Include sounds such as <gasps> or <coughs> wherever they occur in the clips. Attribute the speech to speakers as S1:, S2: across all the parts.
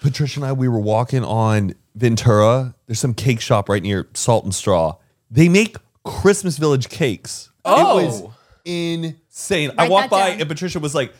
S1: Patricia and I, we were walking on Ventura. There's some cake shop right near Salt and Straw. They make Christmas Village cakes.
S2: Oh.
S1: It was insane. I
S3: Write
S1: walked
S3: that
S1: by
S3: down.
S1: and Patricia was like,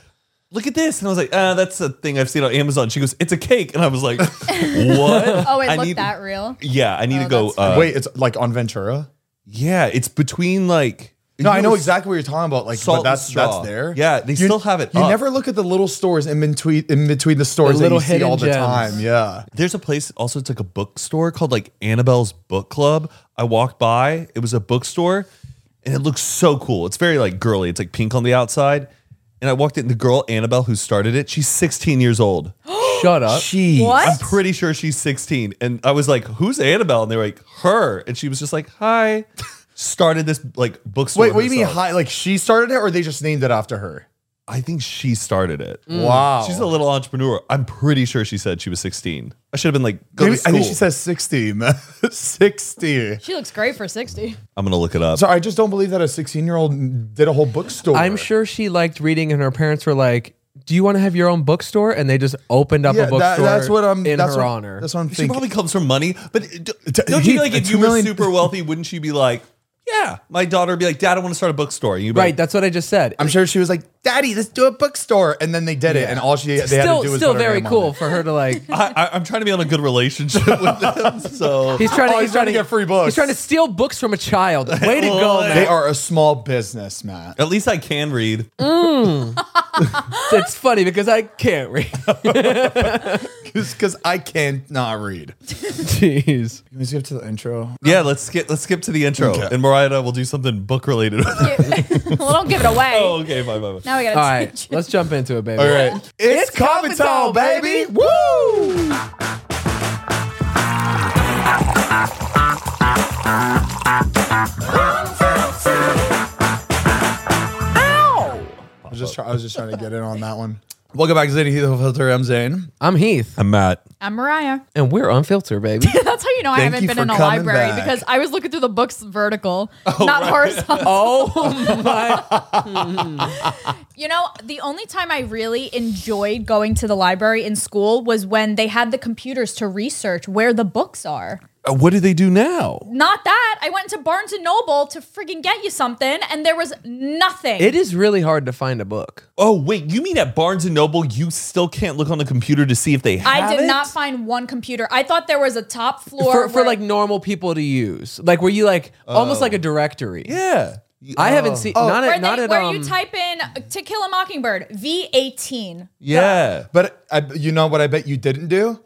S1: Look at this. And I was like, ah, that's a thing I've seen on Amazon. She goes, It's a cake. And I was
S3: <laughs>
S1: like, What?
S3: Oh, it
S1: I
S3: looked
S1: need-
S3: that real.
S1: yeah, I need to
S3: Oh,
S1: go.
S3: that's
S1: Uh,
S4: Wait, it's like on Ventura.
S1: Yeah, it's between like.
S4: No, I
S1: you
S4: know
S1: were-
S4: exactly what you're talking about. Like,
S1: Salt
S4: but
S1: and
S4: that's
S1: straw.
S4: that's there.
S1: Yeah, they still have it
S4: You
S1: up.
S4: never look at the little stores in between in between the stores
S2: The
S4: that you
S2: little
S4: see all the
S2: hidden gems.
S4: time. Yeah,
S1: There's a place also. It's like a bookstore called like Annabelle's Book Club. I walked by. It was a bookstore, and it looks so cool. It's very like girly. It's like pink on the outside. And I walked in. The girl Annabelle who started it. She's 16 years
S4: <gasps>
S1: old.
S2: Shut up.
S4: she.
S3: What?
S1: I'm pretty sure she's 16. And I was like, "Who's Annabelle?" And they were like, "Her." And she was just like,
S4: <laughs>
S1: "Hi." Started this like bookstore.
S4: Wait, what do you mean?
S1: herself.
S4: Hi, like she started it, or they just named it after her?
S1: I think she started it.
S4: Mm. Wow,
S1: She's a little entrepreneur. I'm pretty sure she said she was 16. I should have been like, go
S4: Maybe-
S1: to
S4: I
S1: school.
S4: think she says sixty. <laughs> man. sixty.
S3: She looks great for 60.
S1: I'm going to look it up.
S4: So I just don't believe that a sixteen-year-old did a whole bookstore.
S2: I'm sure she liked reading, and her parents were like, "Do you want to have your own bookstore?" And they just opened up
S4: Yeah,
S2: a
S4: that-
S2: bookstore.
S4: that's what I'm.
S2: in
S4: that's
S2: her
S4: what,
S2: honor.
S4: That's what I'm
S1: she
S4: thinking.
S1: probably comes from money, but d- don't you feel like if
S4: It's
S1: you were
S4: million-
S1: super wealthy, wouldn't she be like, yeah, my daughter would be like, dad, I want to start a bookstore. And you'd be
S2: right.
S1: Like,
S2: That's what I just said.
S4: I'm sure she was like, "Daddy, let's do a bookstore," and then they did it, and all she they had to
S2: still,
S4: do was
S2: still
S4: put her
S2: very
S4: name on
S2: cool
S4: it.
S2: for her
S4: <laughs>
S2: to like.
S1: I, I, I'm trying to be on a good relationship <laughs> with them. <laughs> So
S2: He's trying to.
S4: Oh, he's trying to get free books.
S2: He's trying to steal books from
S4: <laughs>
S2: a child. Way to go,
S1: What?
S2: man.
S4: They are a small business, Matt.
S1: at least I can read.
S2: It's funny because I
S4: <laughs>
S2: can't read.
S4: because I cannot read.
S2: Jeez.
S4: Can we skip to the intro?
S1: Yeah, let's skip. Let's skip to the intro,
S4: Okay.
S1: and Mariah and I will do something book related.
S3: <laughs> <laughs> well, don't give it away.
S1: oh, <laughs> okay, fine, fine, fine.
S3: Now we got to
S2: All
S3: teach
S4: <laughs>
S2: right,
S3: you.
S2: let's jump into it, baby.
S4: All right, it's, coffee time, baby. Woo! I was, just try- I was just trying to get in on that one. Welcome back to Zane Heath Filter. I'm Zane.
S2: I'm Heath,
S1: I'm Matt.
S3: I'm Mariah. <laughs>
S2: and we're unfiltered, baby.
S3: That's how you know I
S4: Thank
S3: haven't
S4: you
S3: been
S4: for
S3: in a
S4: coming
S3: library
S4: back.
S3: because I was looking through the books vertical, not horizontal.
S2: <laughs> <laughs> oh my!
S3: You know, the only time I really enjoyed going to the library in school was when they had the computers to research where the books are.
S1: Uh, What do they do now?
S3: Not that. I went to Barnes and Noble to friggin' get you something and there was nothing.
S2: It is really hard to find a book.
S1: Oh wait, you mean at Barnes and Noble you still can't look on the computer to see if they have
S3: I did
S1: it?
S3: not find one computer. I thought there was a top floor
S2: for, for
S3: where-
S2: like normal people to use. Like were you like almost like a directory?
S1: Oh. Yeah.
S2: I haven't seen not
S3: where,
S2: at not
S3: Oh. they-
S2: at
S3: where
S2: um,
S3: you type in uh, To Kill a Mockingbird V18.
S1: Yeah.
S4: But I, you know what I bet you didn't do?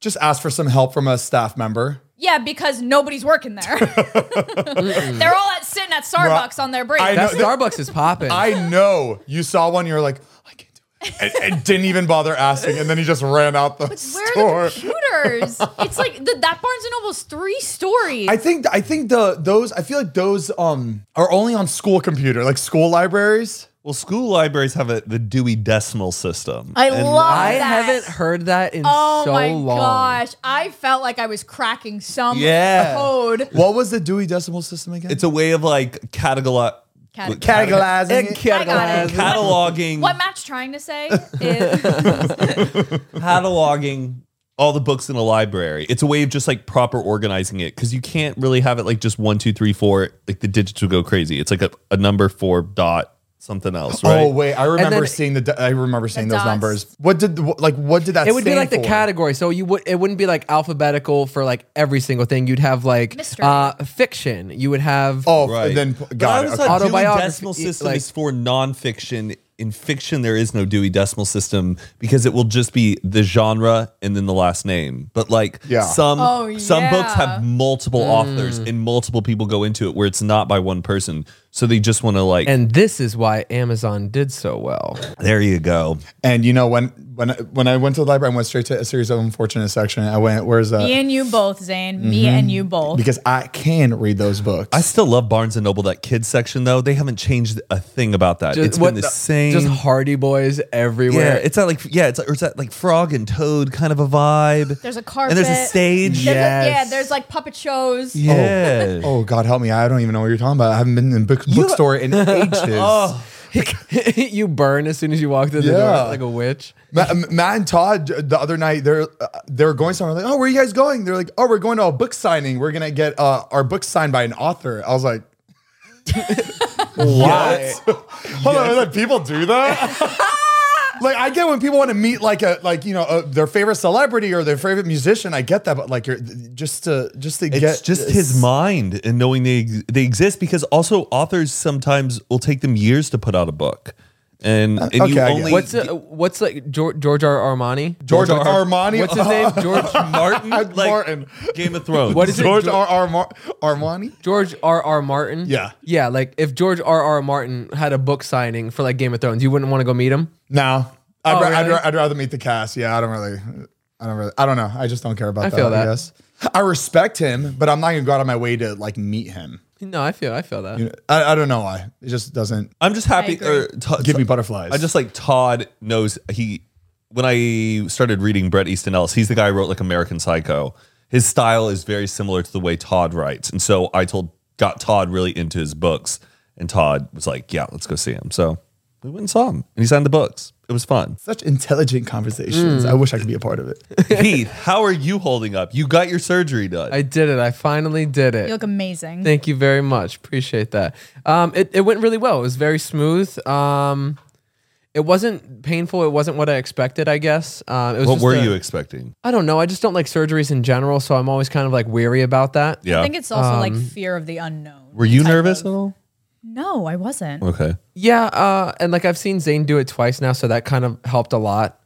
S4: Just ask for some help from a staff member.
S3: Yeah, because nobody's working
S2: <laughs>
S3: there. <laughs> They're all at, sitting at Starbucks on their break.
S4: I
S2: that
S4: know-
S2: Starbucks is popping.
S4: I know you saw one. You're like, "Oh, I can't do it, and, and didn't even bother asking. And then he just ran out the
S3: Where
S4: store.
S3: are the computers? it's like the, that Barnes and Noble's three stories.
S4: I think I think the those I feel like those um are only on school computer like school libraries.
S1: Well, school libraries have a, the Dewey Decimal System.
S3: I love
S2: I
S3: that.
S2: haven't heard that in
S3: Oh
S2: so
S3: my
S2: long.
S3: gosh! I felt like I was cracking some
S1: Yeah.
S3: code.
S4: What was the Dewey Decimal System again?
S1: It's a way of like categori-
S3: Cate-
S4: categorizing.
S2: And
S4: it.
S3: I
S2: catalogizing.
S3: got
S1: cataloging
S3: What Matt's trying to
S2: <laughs>
S3: say is
S1: cataloging all the books in a library. It's a way of just like proper organizing it because you can't really have it like just one, two, three, four. Like the digits will go crazy. It's like a, a number four dot something else, right?
S4: Oh wait, I remember
S2: then-
S4: seeing the. de- I remember seeing those
S3: dots.
S4: numbers. What did wh- like what did that?
S2: It would be
S4: stand
S2: like the
S4: for?
S2: category, so you would it wouldn't be like alphabetical for like every single thing. You'd have like
S3: Mystery.
S2: uh, fiction. You would have
S4: Oh,
S1: Right.
S4: and then
S1: But I
S4: got
S1: always
S4: it.
S1: thought
S4: Okay.
S1: Dewey
S2: Autobiography,
S1: Decimal System
S2: like-
S1: is for nonfiction. In fiction, there is no Dewey Decimal System because it will just be the genre and then the last name. But like
S4: Yeah.
S1: some
S3: Oh,
S1: some books
S3: yeah.
S1: have multiple authors and multiple people go into it where it's not by one person. So they just want to like.
S2: and this is why Amazon did so well.
S1: there you go.
S4: And you know when when I- when I went to the library, I went straight to a series of unfortunate section. I went, where's that?
S3: me and you both, Zane. Me
S2: Mm-hmm.
S3: and you both.
S4: Because I can read those books.
S1: I still love Barnes and Noble that kids section though. They haven't changed a thing about that. it's been the, same.
S2: Just Hardy Boys
S1: yeah,
S2: everywhere.
S1: it's not like yeah, it's like, or it's that like frog and toad kind of a vibe.
S3: There's a
S1: and there's a
S3: carpet.
S1: stage.
S3: There's a- yeah,
S4: Yes.
S3: there's like puppet shows.
S1: Yeah. <laughs> Oh.
S4: Oh God, help me! I don't even know what you're talking about. I haven't been in book bookstore in ages.
S2: <laughs> you burn as soon as you walk through the
S4: Yeah.
S2: door like a witch.
S4: Matt, Matt and Todd the other night they're uh, they were going somewhere. I'm like, oh, where are you guys going? They're like, oh, we're going to a book signing. We're gonna get uh, our book signed by an author. I was like,
S1: Why?
S4: hold on, let people do that. <laughs> like, I get when people want to meet like a like you know a, their favorite celebrity or their favorite musician. I get that, but like you're just to just to
S1: It's
S4: get
S1: just
S4: this-
S1: his mind and knowing they ex- they exist because also authors sometimes will take them years to put out a book, and, and
S4: Uh, okay,
S1: you
S4: I get
S1: only
S4: it.
S2: What's uh, what's like George, George R. Armani?
S4: George
S1: George R.
S4: Armani.
S2: What's
S1: <laughs>
S2: his name? George
S4: <laughs>
S1: Martin like
S4: Martin.
S1: Game of Thrones.
S2: What is it?
S4: George
S2: Geor-
S4: R. R. Mar- Armani.
S2: George R. R. Martin.
S4: Yeah.
S2: yeah. Like if George R. R. Martin had a book signing for like Game of Thrones, you wouldn't want to go meet him.
S4: No, I'd,
S2: Oh,
S4: ra- I'd,
S2: really?
S4: ra- I'd rather meet the cast. Yeah, I don't really, I don't really, I don't know. I just don't care about
S2: I
S4: that.
S2: feel that.
S4: I guess I respect him, but I'm not gonna go out of my way to like meet him.
S2: No, I feel I feel that.
S4: I, I don't know why. It just doesn't
S1: I'm just happy.
S3: I
S1: Or,
S3: agree.
S1: Todd-
S4: give me butterflies.
S1: I just like Todd knows he. When I started reading Brett Easton Ellis, he's the guy who wrote like American Psycho. His style is very similar to the way Todd writes, and so I told got Todd really into his books, and Todd was like, "Yeah, let's go see him." So we went and saw him, and he signed the books. It was fun.
S4: such intelligent conversations. I wish I could be a part of it.
S1: Heath, how are you holding up? You got your surgery done.
S2: I did it. I finally did it.
S3: You look amazing.
S2: Thank you very much. Appreciate that. Um, it, it went really well. It was very smooth. Um, it wasn't painful. It wasn't what I expected, I guess. Um, it was
S1: what
S2: just
S1: were
S2: a-
S1: you expecting?
S2: I don't know. I just don't like surgeries in general, so I'm always kind of like weary about that.
S1: Yeah.
S3: I think it's also
S1: Um,
S3: like fear of the unknown.
S1: were you nervous at all?
S3: No, I wasn't.
S1: Okay.
S2: Yeah, uh, and like I've seen Zayn do it twice now, so that kind of helped a lot.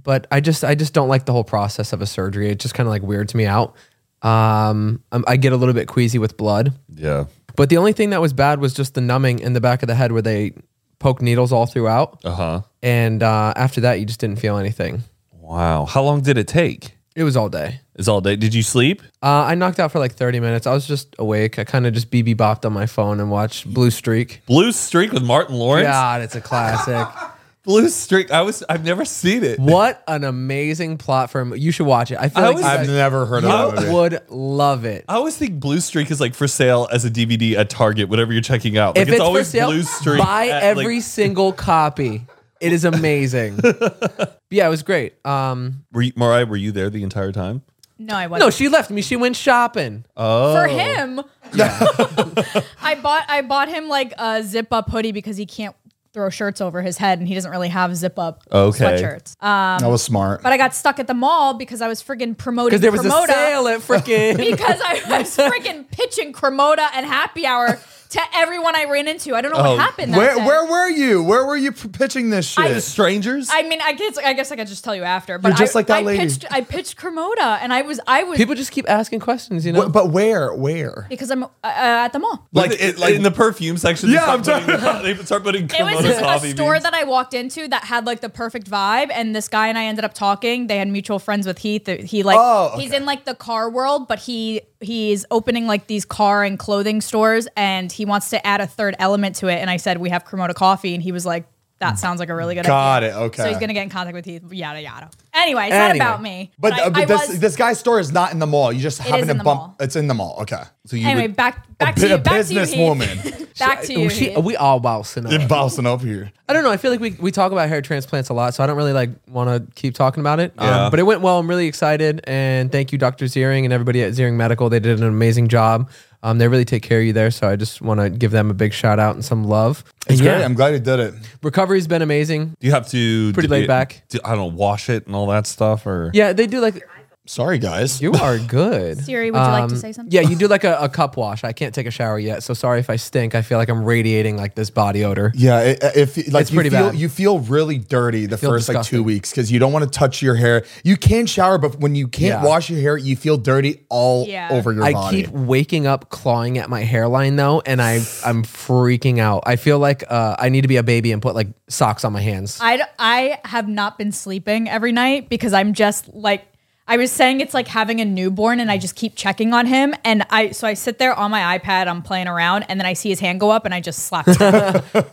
S2: But I just I just don't like the whole process of a surgery. It just kind of like weirds me out. Um, I'm, I get a little bit queasy with blood.
S1: Yeah.
S2: But the only thing that was bad was just the numbing in the back of the head where they poke needles all throughout.
S1: Uh huh.
S2: And uh, after that, you just didn't feel anything.
S1: Wow. How long did it take?
S2: It was all day.
S1: Is all day? Did you sleep?
S2: Uh, I knocked out for like 30 minutes. I was just awake. I kind of just BB bopped on my phone and watched Blue Streak.
S1: Blue Streak with Martin Lawrence.
S2: God, it's a classic.
S1: Blue Streak. I was. I've never seen it.
S2: what an amazing plot for a mo- You should watch it. I feel
S1: I
S2: like
S1: was-
S4: <laughs>
S2: you
S1: I've
S4: I've
S2: guys-
S4: never heard of that
S2: you
S4: movie.
S2: would love it.
S1: I always think Blue Streak is like for sale as a DVD at Target, whatever you're checking out. Like
S2: if it's,
S1: always
S2: for sale,
S1: Blue Streak.
S2: buy
S1: at,
S2: every
S1: Like,
S2: single copy. It
S1: <laughs>
S2: is amazing. yeah, it was great. Um,
S1: were you, Mariah, were you there the entire time?
S3: No, I
S2: no,
S3: wasn't.
S2: she left me. She went shopping.
S1: Oh.
S3: for him. <laughs> I bought I bought him like a zip up hoodie because he can't throw shirts over his head and he doesn't really have zip up
S1: Okay.
S3: sweatshirts. Uh,
S4: That was smart.
S3: but I got stuck at the mall because I was friggin' promoting
S2: Because there was
S3: Cremota.
S2: a sale at
S3: <laughs>
S2: freaking.
S3: because I was freaking pitching Cremota and Happy Hour to everyone I ran into. I don't know
S1: Oh,
S3: what happened. That
S4: Where
S3: day.
S4: where were you? Where were you p- pitching this shit?
S1: The strangers.
S3: I mean, I guess I guess I could just tell you after. But
S4: You're just
S3: I,
S4: like that
S3: I
S4: lady.
S3: pitched I pitched Cremota and I was I was
S2: People just keep asking questions, you know?
S4: Wh- but where? Where?
S3: because I'm uh, uh, at the mall.
S1: like it, like in the perfume section. they
S4: Yeah,
S1: start
S4: I'm
S1: putting the- <laughs> They start putting
S3: It was
S1: Cremona
S3: just a
S1: coffee
S3: store
S1: beans.
S3: that I walked into that had like the perfect vibe, and this guy and I ended up talking. They had mutual friends with Heath. He like
S4: Oh, okay.
S3: he's in like the car world, but he he's opening like these car and clothing stores, and he wants to add a third element to it. And I said we have Cremota coffee, and he was like, "That sounds like a really good
S4: Mm. Got
S3: idea."
S4: it, okay.
S3: so he's gonna get in contact with Heath. Yada yada. Anyway, it's
S2: Anyway.
S3: not about me.
S4: But,
S3: I,
S4: uh, but
S3: I
S4: this,
S3: was-
S4: this guy's store is not in the mall. You just happen
S3: is
S4: to
S3: in the
S4: bump.
S3: mall.
S4: It's in the mall. Okay.
S1: So you
S3: anyway,
S1: would-
S3: back back
S4: bu-
S3: to you,
S4: a
S3: back to you,
S4: businesswoman.
S3: <laughs> Heath. back to you.
S2: She-
S3: Heath.
S2: we all bouncing up.
S4: You're bouncing up here.
S2: I don't know. I feel like we, we talk about hair transplants a lot, so I don't really like want to keep talking about it.
S1: Yeah.
S2: Um, but it went well. I'm really excited, and thank you, Doctor Ziering, and everybody at Ziering Medical. They did an amazing job. Um, they really take care of you there, so I just want to give them a big shout out and some love.
S4: It's
S2: And
S4: great. I'm glad you did it.
S2: recovery's been amazing.
S1: do you have to
S2: Pretty
S1: do
S2: laid
S1: it-
S2: back.
S1: do- I don't know, wash it and all that stuff, or
S2: Yeah, they do like
S4: Sorry, guys.
S2: you are
S3: <laughs>
S2: good.
S3: Siri, would you like to say something?
S2: Um, Yeah, you do like a, a cup wash. I can't take a shower yet, so sorry if I stink. I feel like I'm radiating like this body odor.
S4: Yeah, i- i- if like
S2: It's
S4: you
S2: pretty
S4: feel
S2: bad.
S4: you feel really dirty the
S2: feel
S4: first like
S2: disgusting.
S4: two weeks because you don't want to touch your hair. You can shower, but when you can't
S2: Yeah.
S4: wash your hair, you feel dirty all
S3: Yeah.
S4: over your
S2: I
S4: body.
S2: keep waking up clawing at my hairline though, and I I'm freaking out. I feel like uh, I need to be a baby and put like socks on my hands.
S3: I, d- I have not been sleeping every night because I'm just like I was saying it's like having a newborn and I just keep checking on him and I so I sit there on my iPad I'm playing around and then I see his hand go up and I just slap it.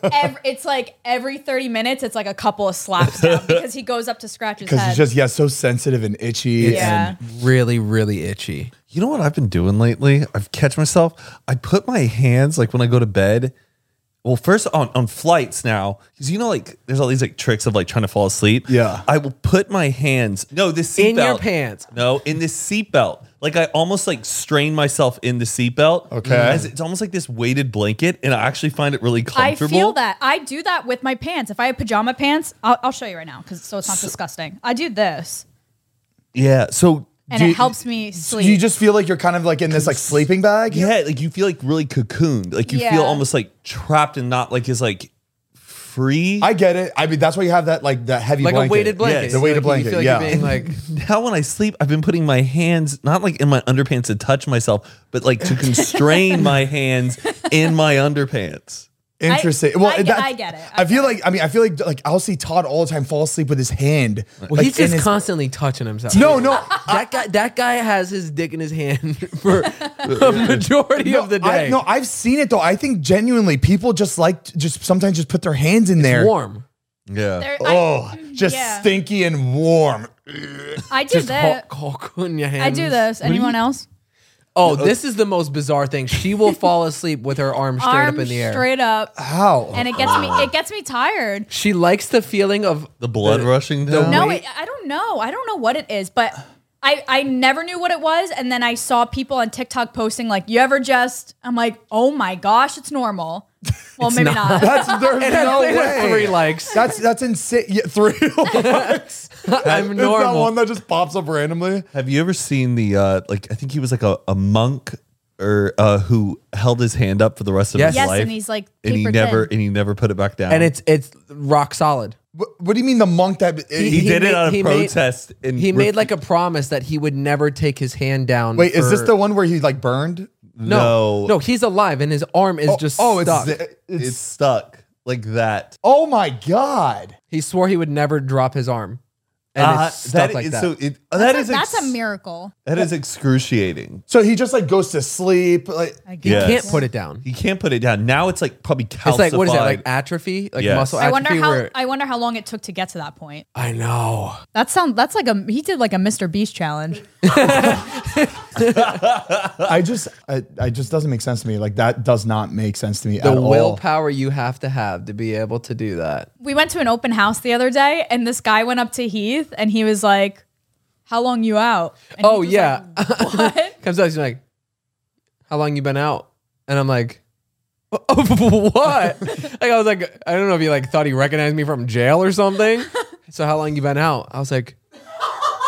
S3: every, it's like every 30 minutes it's like a couple of slaps now because he goes up to scratch his
S4: because
S3: head.
S4: it's just yeah, so sensitive and itchy.
S3: Yeah.
S4: and
S2: Really, really itchy.
S1: You know what I've been doing lately? I've catch myself. I put my hands like when I go to bed Well, first on, on flights now, because you know, like there's all these like tricks of like trying to fall asleep.
S4: Yeah.
S1: I will put my hands no this seatbelt
S2: In your pants.
S1: No, in this seatbelt. Like I almost like strain myself in the seatbelt.
S4: Okay.
S1: As it's almost like this weighted blanket, and I actually find it really
S3: I
S1: comfortable.
S3: feel that. I do that with my pants. If I have pajama pants, I'll, I'll show you right now because so it's not disgusting. I do this,
S1: Yeah. So
S3: and
S1: do
S3: it
S1: you-
S3: helps me
S4: So
S3: sleep.
S4: you just feel like you're kind of like in this like sleeping bag.
S1: Yeah, like you feel like really cocooned. Like you
S3: Yeah.
S1: feel almost like trapped and not like is like free.
S4: I get it. I mean, that's why you have that like that heavy
S2: like
S4: blanket.
S2: a weighted blanket.
S1: Yes,
S4: the weighted
S2: like,
S4: blanket, yeah.
S2: you're being like
S4: <laughs>
S1: now when I sleep, I've been putting my hands not like in my underpants to touch myself, but like to constrain
S3: <laughs>
S1: my hands in my underpants.
S4: Interesting.
S3: I-
S4: well,
S3: I get-
S4: that-
S3: I get it.
S4: I feel like I mean I feel like like I'll see Todd all the time fall asleep with his hand.
S2: well,
S4: like,
S2: he's
S4: in
S2: just
S4: his-
S2: constantly touching himself.
S4: no no.
S2: that guy that guy has his dick in his hand <laughs>
S4: <laughs>
S2: for a majority
S4: No,
S2: of the
S4: I-
S2: day.
S4: no, I've seen it though. I think genuinely people just like to- just sometimes just put their hands in there.
S2: warm.
S1: Yeah.
S3: There- I-
S4: Oh, just
S3: yeah.
S4: stinky and warm.
S3: I do
S2: Just
S3: that.
S2: Hulk, Hulk in your hands.
S3: I do this. Anyone else?
S2: Oh, this is the most bizarre thing. She will fall asleep with her arms straight
S3: Arms
S2: up in the air.
S3: straight up,
S4: How?
S3: and it gets me. It gets me tired.
S2: She likes the feeling of
S1: The blood rushing down.
S3: No,
S2: Wait.
S3: it, I don't know. I don't know what it is, but I I never knew what it was, and then I saw people on TikTok posting like, "You ever just?" I'm like, "Oh my gosh, it's normal." Well, maybe not.
S4: that's
S2: <laughs>
S4: there's no
S2: It has
S4: way.
S2: three likes.
S4: That's that's insane. Yeah, three <laughs> likes.
S1: <laughs>
S2: I'm
S4: Is that one
S2: normal.
S4: that just pops up randomly?
S1: Have you ever seen the uh like I think he was like a, a monk or uh who held his hand up for the rest of
S2: Yes.
S1: his
S3: yes,
S1: life.
S3: and he's like,
S1: and he
S3: paper
S1: never
S3: thin.
S1: and he never put it back down.
S2: And it's it's rock solid.
S4: What, what do you mean the monk that
S1: he,
S2: he
S1: did it
S2: made-
S1: out of
S2: he made-
S1: protest and
S2: He
S1: ref-
S2: made like a promise that he would never take his hand down.
S4: Wait, is this
S2: for-
S4: the one where he like burned?
S1: No.
S2: no, no? He's alive and his arm is just
S4: oh, it's,
S2: stuck.
S4: zi- it's,
S1: it's stuck like that.
S4: oh my god.
S2: he swore he would never drop his arm, and
S1: Uh,
S2: it's stuck
S1: that
S2: like
S1: is-
S2: that.
S1: So it, that's
S3: That's,
S1: that
S3: a,
S1: is
S3: that's
S1: ex-
S3: a miracle.
S1: That is excruciating.
S4: So he just like goes to sleep. Like
S3: I guess.
S1: Yes.
S2: Can't put it down.
S1: You can't put it down. Now it's like probably calcified.
S2: It's like what is that? Like atrophy, like
S1: Yes.
S2: muscle
S3: I
S2: atrophy.
S3: wonder how
S2: where,
S3: I wonder how long it took to get to that point.
S2: I know.
S3: That sound that's like a he did like a Mr. Beast challenge.
S4: I just, I, I just doesn't make sense to me. Like that does not make sense to me
S2: The
S4: at all.
S2: willpower you have to have to be able to do that.
S3: We went to an open house the other day and this guy went up to Heath and he was like, "How long you out?" And
S2: Oh
S3: Heath was
S2: yeah,
S3: like, what?
S2: <laughs> comes out. He's like, "How long you been out?" And I'm like, "Oh, <laughs>
S3: <laughs>
S2: what?" like I was like, I don't know if he like thought he recognized me from jail
S3: <laughs>
S2: or something. so how long you been out? I was like,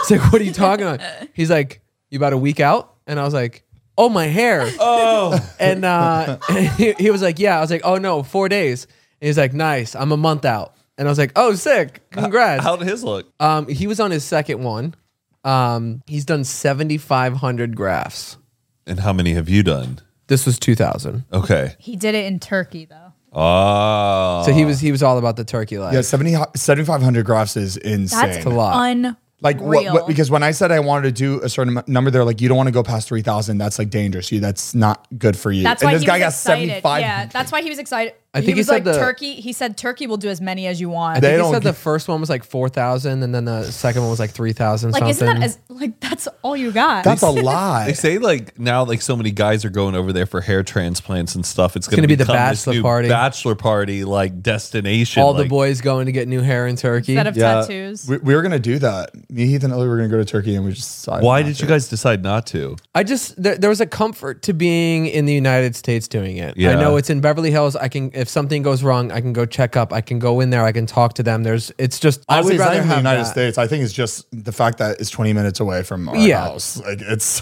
S2: "It's like what are you talking about?" He's like, "You about a week out?" And I was like, "Oh, my hair."
S1: oh,
S2: <laughs> And uh, he, he was like, "Yeah." I was like, "Oh no, four days." And he's like, "Nice, I'm a month out." And I was like, "Oh, sick! Congrats!"
S1: how did his look?
S2: Um, he was on his second one. Um, he's done 7,500 grafts.
S1: And how many have you done?
S2: This was 2,000.
S1: Okay.
S3: He did it in Turkey though.
S1: Oh.
S2: So he
S4: Uh,
S2: was he was all about the turkey leg.
S4: Yeah, 70 7,500 graphs is insane.
S3: That's
S2: a lot.
S3: unreal.
S4: Like what, what? Because when I said I wanted to do a certain amou- number, they're like, you don't want to go past three thousand. That's like dangerous. You, that's not good for you.
S3: that's
S4: and
S3: why
S4: this
S3: he
S4: guy
S3: was
S4: got
S3: excited.
S4: seventy five.
S3: Yeah, that's why he was excited.
S2: I think
S3: he
S2: he
S3: was
S2: said
S3: like
S2: the-
S3: Turkey. He said Turkey will do as many as you
S2: I
S3: want.
S2: think
S4: They
S2: he
S4: don't
S2: said the
S4: give-
S2: first one was like 4,000 and then the second one was like 3,000
S3: Like,
S2: something.
S3: isn't that as like that's all you got?
S4: That's
S2: <laughs>
S4: a lot.
S1: They say like now like so many guys are going over there for hair transplants and stuff. It's going
S2: gonna
S1: to
S2: be the
S1: become this
S2: bachelor
S1: new
S2: party.
S1: Bachelor party like destination.
S2: all the
S1: like-
S2: boys going to get new hair in Turkey.
S3: Instead of
S4: Yeah.
S3: tattoos.
S4: We, we were gonna do that. Me, Heath, and Ellie were gonna go to Turkey, and we just decided
S1: Why
S4: not
S1: did
S4: to.
S1: you guys decide not to?
S2: I just there, there was a comfort to being in the United States doing it. I
S1: Yeah.
S2: know it's in Beverly Hills. I can if something goes wrong, I can go check up. I can go in there. I can talk to them. There's it's just
S4: Honestly,
S2: I would
S4: it's not
S2: rather
S4: even
S2: have
S4: the United
S2: that.
S4: States. I think it's just the fact that it's twenty minutes away from our
S2: Yeah.
S4: house. Like it's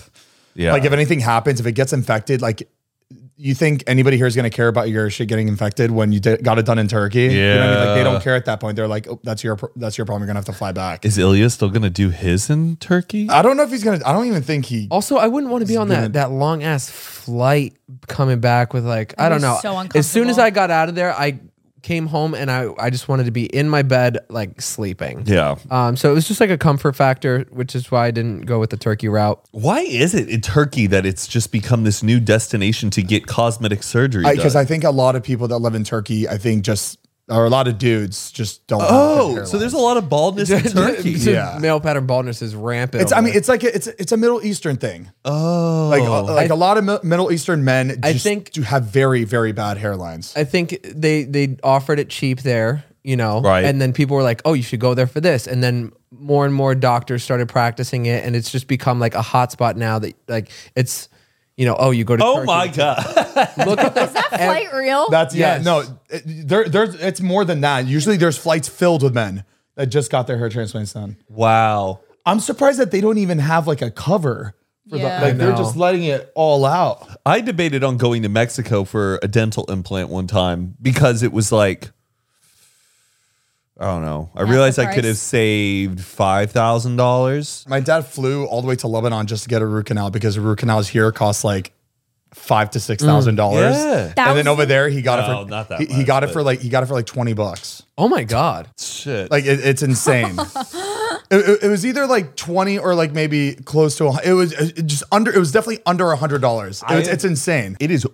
S1: Yeah.
S4: like if anything happens, if it gets infected, like you think anybody here is gonna care about your shit getting infected when you did, got it done in Turkey? You know what I mean? Like they
S1: Yeah.
S4: don't care at that point. They're like, oh, that's your pro- that's your problem. You're gonna have to fly back.
S1: Is Ilya still going to do his in Turkey?
S2: Uh,
S4: I don't know if he's gonna. I don't even think he.
S1: Oh,
S2: Also, I wouldn't want to be on that, that long ass flight coming back with like I don't
S3: be
S2: know.
S3: so
S2: as soon as
S3: uncomfortable.
S2: I got out of there, I came home and I I just wanted to be in my bed like sleeping.
S1: yeah.
S2: Um, so it was just like a comfort factor, which is why I didn't go with the turkey route.
S1: Why is it in Turkey that it's just become this new destination to get cosmetic surgery?
S4: because
S1: done?
S4: I, think a lot of people that live in Turkey, I think just or a lot of dudes just don't.
S1: Oh, so there's a lot of baldness
S2: <laughs>
S1: in Turkey.
S4: Yeah.
S2: Male pattern baldness is rampant.
S4: It's, I mean, it's like a, it's it's a Middle Eastern thing.
S1: Oh,
S4: Like uh, like a lot of Mi- Middle Eastern men. Just
S2: I think-
S4: do have very very bad hairlines.
S2: I think they they offered it cheap there, you know,
S1: Right.
S2: And then people were like, "Oh, you should go there for this." And then more and more doctors started practicing it, and it's just become like a hotspot now. That like it's, you know, oh, you go to
S1: oh
S2: Turkey,
S1: my god!
S2: look at this.
S3: Flight real?
S4: That's yeah.
S2: Yes.
S4: No, it, there there's it's more than that. Usually there's flights filled with men that just got their hair transplants done.
S1: wow.
S4: I'm surprised that they don't even have like a cover. For
S3: Yeah.
S4: the, like they're
S2: know.
S4: just letting it all out.
S1: I debated on going to Mexico for a dental implant one time because it was like, I don't know. I realized I
S3: price.
S1: could have saved five thousand dollars.
S4: My dad flew all the way to Lebanon just to get a root canal because root canals here cost like five to six thousand dollars.
S1: Yeah.
S4: And then
S3: Thousand?
S4: over there he got
S1: No,
S4: it for
S1: not that
S4: he, he
S1: much,
S4: got it
S1: but-
S4: for like he got it for like twenty bucks.
S2: <laughs> Oh my god!
S1: Shit.
S4: Like it, it's
S2: <laughs>
S4: insane. It- it, it was either like twenty or like maybe close to. a hun- It was uh, it just under. It was definitely under a hundred dollars.
S1: I
S4: It's,
S1: am-
S4: it's insane.
S1: it is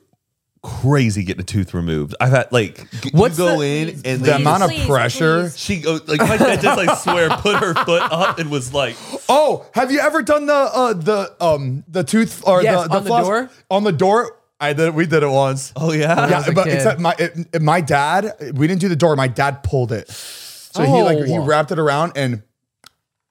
S1: crazy getting a tooth removed. I've had like g-
S2: What's
S1: you go
S2: the-
S1: in and
S4: The
S1: they
S4: amount of
S1: just-
S4: pressure.
S1: she goes like my dad just like swear put her foot up and was like
S4: Oh, have you ever done the uh, the um the tooth or
S2: Yes,
S4: the, the
S2: on the door?
S4: on the door? I did. We did it once.
S1: oh yeah
S4: yeah,
S2: was a
S4: but
S2: kid.
S4: except my it, it- my dad, we didn't do the door. My dad pulled it, so he like he
S2: Oh.
S4: wrapped it around, and